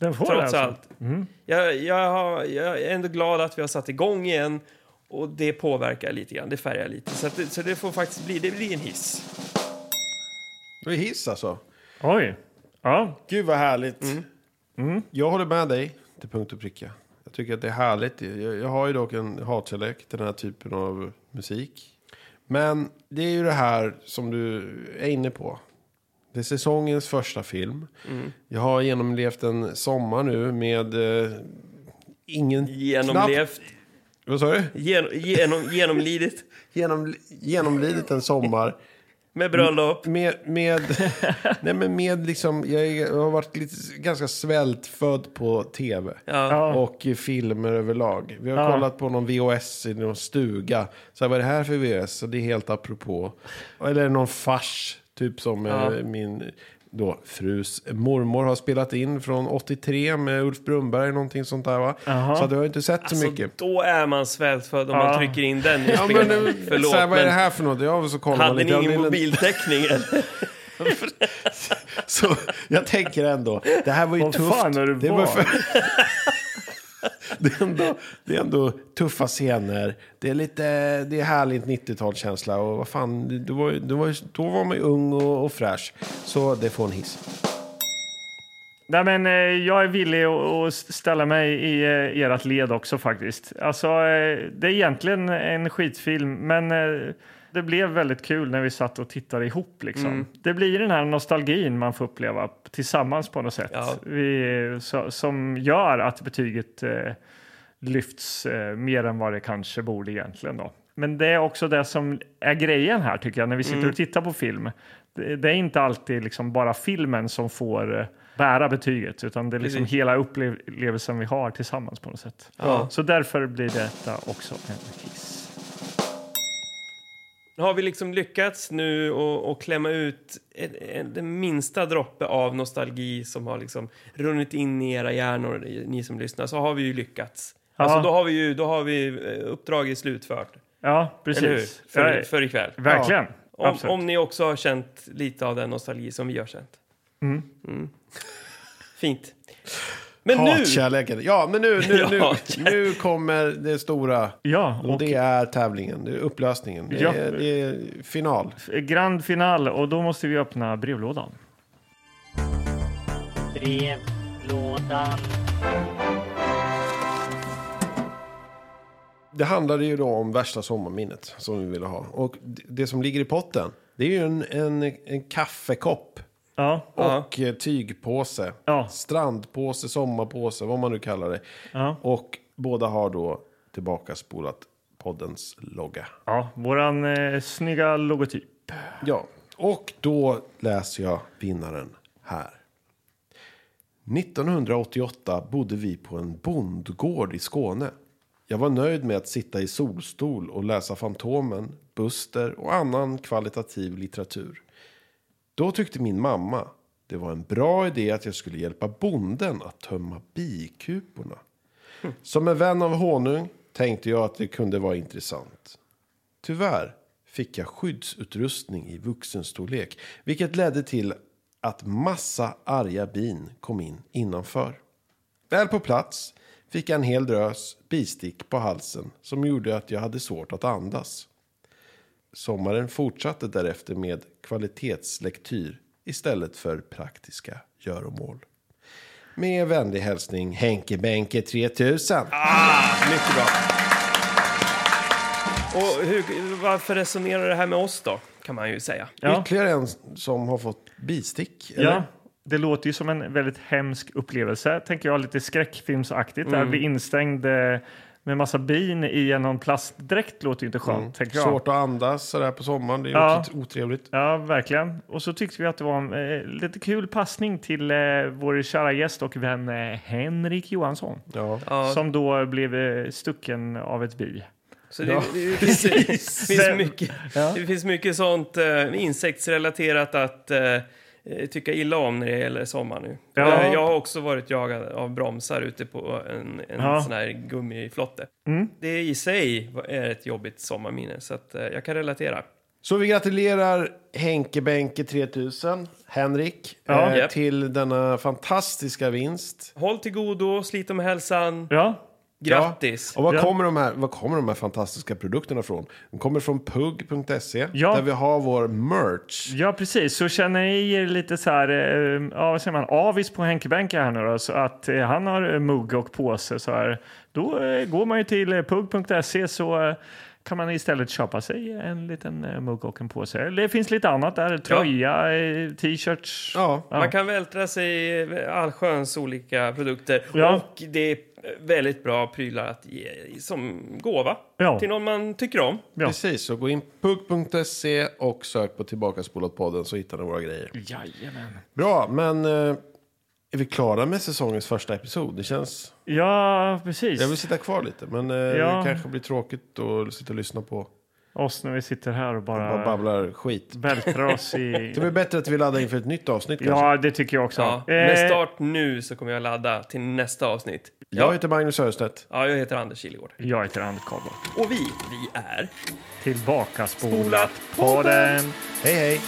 Speaker 1: Den får
Speaker 2: Trots
Speaker 1: det alltså.
Speaker 2: allt.
Speaker 3: Mm.
Speaker 2: Jag, jag, har, jag är ändå glad att vi har satt igång igen och det påverkar lite grann, det färgar lite. Så, att, det- så det får faktiskt bli, det blir en hiss.
Speaker 3: Det är hiss alltså.
Speaker 1: Oj. Ja.
Speaker 3: Gud vad härligt. Mm. Jag håller med dig till punkt och pricka. Jag tycker att det är härligt. Jag, jag har ju dock en hatkärlek till den här typen av musik. Men det är ju det här som du är inne på. Det är säsongens första film. Jag har genomlevt en sommar nu med eh, ingen... Knappt,
Speaker 2: Genomlevt,
Speaker 3: vad sa du?
Speaker 2: gen, genom, genomlidit,
Speaker 3: Genom, genomlidit en sommar.
Speaker 2: med bröllop.
Speaker 3: Med, med, nej men med liksom, jag, är- jag har varit lite, ganska svältfödd på tv.
Speaker 1: Ja.
Speaker 3: Och i filmer överlag. Vi har
Speaker 1: Ja.
Speaker 3: kollat på någon VHS i någon stuga. Så här, vad är det här för VHS? Så det är helt apropå. Eller någon fars, typ som eh, min då, frus mormor har spelat in från 83 med Ulf Brunnberg, någonting sånt där va? Så att jag har inte sett så
Speaker 2: Så
Speaker 3: Mm, mycket.
Speaker 2: Alltså, då är man svältfödd om
Speaker 1: Ja.
Speaker 2: man trycker in den i
Speaker 3: Ja, men,
Speaker 2: spelet.
Speaker 3: Förlåt,
Speaker 2: Förlåt,
Speaker 3: så här, vad är det
Speaker 2: men
Speaker 3: här för något? Jag så kollar
Speaker 2: hade
Speaker 3: lite.
Speaker 2: ni
Speaker 3: Jag
Speaker 2: ingen
Speaker 3: vill inte-
Speaker 2: mobiltäckning? eller?
Speaker 3: Så jag tänker ändå, det här var ju
Speaker 1: Vad
Speaker 3: tufft.
Speaker 1: fan är du
Speaker 3: det, var
Speaker 1: var?
Speaker 3: det, är ändå, det är ändå tuffa scener. Det är lite, det är härligt 90-talskänsla och vad fan, då var, ju- då var, ju- då var man ju ung och, och fräsch. Så det får en hiss.
Speaker 1: Nej, men, eh, jag är villig att- att ställa mig i eh, ert led också faktiskt. Alltså, eh, det är egentligen en skitfilm, men eh, det blev väldigt kul när vi satt och tittade ihop. Liksom. Det blir den här nostalgin man får uppleva tillsammans på något sätt.
Speaker 2: Ja.
Speaker 1: Vi, eh, så, som gör att betyget eh, lyfts eh, mer än vad det kanske borde egentligen. Då. Men det är också det som är grejen här tycker jag när vi sitter
Speaker 2: Mm.
Speaker 1: och tittar på film. Det, det är inte alltid liksom bara filmen som får eh, bära betyget utan det är liksom
Speaker 2: Precis.
Speaker 1: hela upplevelsen vi har tillsammans på något sätt.
Speaker 2: Ja.
Speaker 1: Så därför blir detta också en hiss.
Speaker 2: Har vi liksom lyckats nu och, och klämma ut en- en- den minsta droppe av nostalgi som har liksom runnit in i era hjärnor, i- ni som lyssnar, så har vi ju lyckats.
Speaker 1: Ja.
Speaker 2: Alltså då har vi ju, då har vi eh, uppdraget slutfört,
Speaker 1: Ja,
Speaker 2: eller hur?
Speaker 1: precis.
Speaker 2: För,
Speaker 1: Ja,
Speaker 2: för ikväll.
Speaker 1: Verkligen.
Speaker 2: Om,
Speaker 1: Absolut.
Speaker 2: om ni också har känt lite av den nostalgi som vi har känt. Mm. Fint. Men nu...
Speaker 3: Hatkärleken. Ja, men nu, nu,
Speaker 2: Ja,
Speaker 3: nu, nu kommer det stora.
Speaker 1: Ja,
Speaker 3: Och det är tävlingen, det är upplösningen, det,
Speaker 1: Ja.
Speaker 3: är, det är final.
Speaker 1: grand final och då måste vi öppna brevlådan.
Speaker 12: Brevlådan.
Speaker 3: Det handlade ju då om värsta sommarminnet som vi ville ha. Och d- det som ligger i potten, det är ju en, en, en kaffekopp.
Speaker 1: Ja.
Speaker 3: Och eh, tygpåse. Strandpåse, sommarpåse, vad man nu kallar det. Och båda har då tillbakaspolat poddens logga.
Speaker 1: Ja, våran eh, snygga logotyp.
Speaker 3: Ja, och då läser jag vinnaren här. 1988 bodde vi på en bondgård i Skåne. Jag var nöjd med att sitta i solstol och läsa Fantomen, Buster och annan kvalitativ litteratur. Då tyckte min mamma det var en bra idé att jag skulle hjälpa bonden att tömma bikuporna. Som en vän av honung tänkte jag att det kunde vara intressant. Tyvärr fick jag skyddsutrustning i vuxenstorlek vilket ledde till att massa arga bin kom in innanför. Väl på plats fick jag en hel drös bistick på halsen som gjorde att jag hade svårt att andas. Sommaren fortsatte därefter med kvalitetslektyr istället för praktiska göromål. Med vänlig hälsning Henke Benke 3000.
Speaker 2: Mycket bra. Och hur, varför resonerar det här med oss då? Kan man ju säga.
Speaker 3: Ytterligare en som har fått bistick.
Speaker 1: Ja, det låter ju som en väldigt hemsk upplevelse, tänker jag, lite skräckfilmsaktigt.
Speaker 3: Mm.
Speaker 1: Där bli instängd eh, med massa bin i en någon plastdräkt låter ju inte skönt, tänker jag.
Speaker 3: Mm. Svårt att andas sådär på sommaren. Det är
Speaker 1: Ja.
Speaker 3: också otrevligt.
Speaker 1: Ja, verkligen. Och så tyckte vi att det var en eh, lite kul passning till eh, vår kära gäst och vän eh, Henrik Johansson.
Speaker 3: Ja.
Speaker 1: Som då blev eh, stucken av ett bi.
Speaker 2: Så det, det, finns, det, finns mycket, det finns mycket sånt eh, insektsrelaterat att eh, tycka illa om när det gäller sommar nu.
Speaker 1: Ja.
Speaker 2: Eh, Jag har också varit jagad av bromsar ute på en, en
Speaker 1: Ja. Mm.
Speaker 2: sån här gummiflotte. Det i sig är ett jobbigt sommarminne, så att, eh, jag kan relatera.
Speaker 3: Så vi gratulerar Henke Benke 3000, Henrik,
Speaker 1: Ja.
Speaker 3: eh,
Speaker 2: Japp.
Speaker 3: till denna fantastiska vinst.
Speaker 2: Håll till godo, slit om hälsan,
Speaker 1: Ja,
Speaker 2: grattis!
Speaker 3: Ja. Och var,
Speaker 1: Ja.
Speaker 3: kommer de här, var kommer de här fantastiska produkterna ifrån? De kommer från pug.se,
Speaker 1: Ja.
Speaker 3: där vi har vår merch.
Speaker 1: ja precis. Så känner ni er lite så här, eh, ja, vad säger man, avis på Henke Benke här nu då, så att eh, han har eh, mugg och påse så här. Då eh, går man ju till eh, pug.se så eh, kan man istället köpa sig en liten eh, mugg och en påse. Eller Det finns lite annat där, tröja, eh, t-shirts.
Speaker 3: Ja.
Speaker 2: Man kan vältra sig i allsköns olika produkter.
Speaker 1: Ja.
Speaker 2: Och det är väldigt bra prylar att ge som gåva
Speaker 1: Ja.
Speaker 2: till någon man tycker om.
Speaker 1: Ja.
Speaker 3: Precis, så gå in på pug.se och sök på Tillbakaspolat-podden så hittar ni våra grejer.
Speaker 1: Jajamän.
Speaker 3: Bra, men eh, är vi klara med säsongens första episod? Det känns...
Speaker 1: Ja, precis.
Speaker 3: Jag vill sitta kvar lite, men eh,
Speaker 1: Ja.
Speaker 3: det kanske blir tråkigt att sitta och lyssna på.
Speaker 1: Oss när vi sitter här och
Speaker 3: Bara
Speaker 1: bara
Speaker 3: babblar skit.
Speaker 1: vältrar oss i...
Speaker 3: Det är väl bättre att vi laddar inför ett nytt avsnitt kanske.
Speaker 1: Ja, det tycker jag också.
Speaker 2: Ja.
Speaker 1: Eh,
Speaker 2: Med start nu så kommer jag ladda till nästa avsnitt.
Speaker 3: Jag heter Magnus Örestedt.
Speaker 2: Ja, jag heter Anders Kilegård.
Speaker 1: Jag heter Anders Karlblad.
Speaker 2: Och vi, vi är...
Speaker 1: Tillbaka spolat på den.
Speaker 3: Hej hej!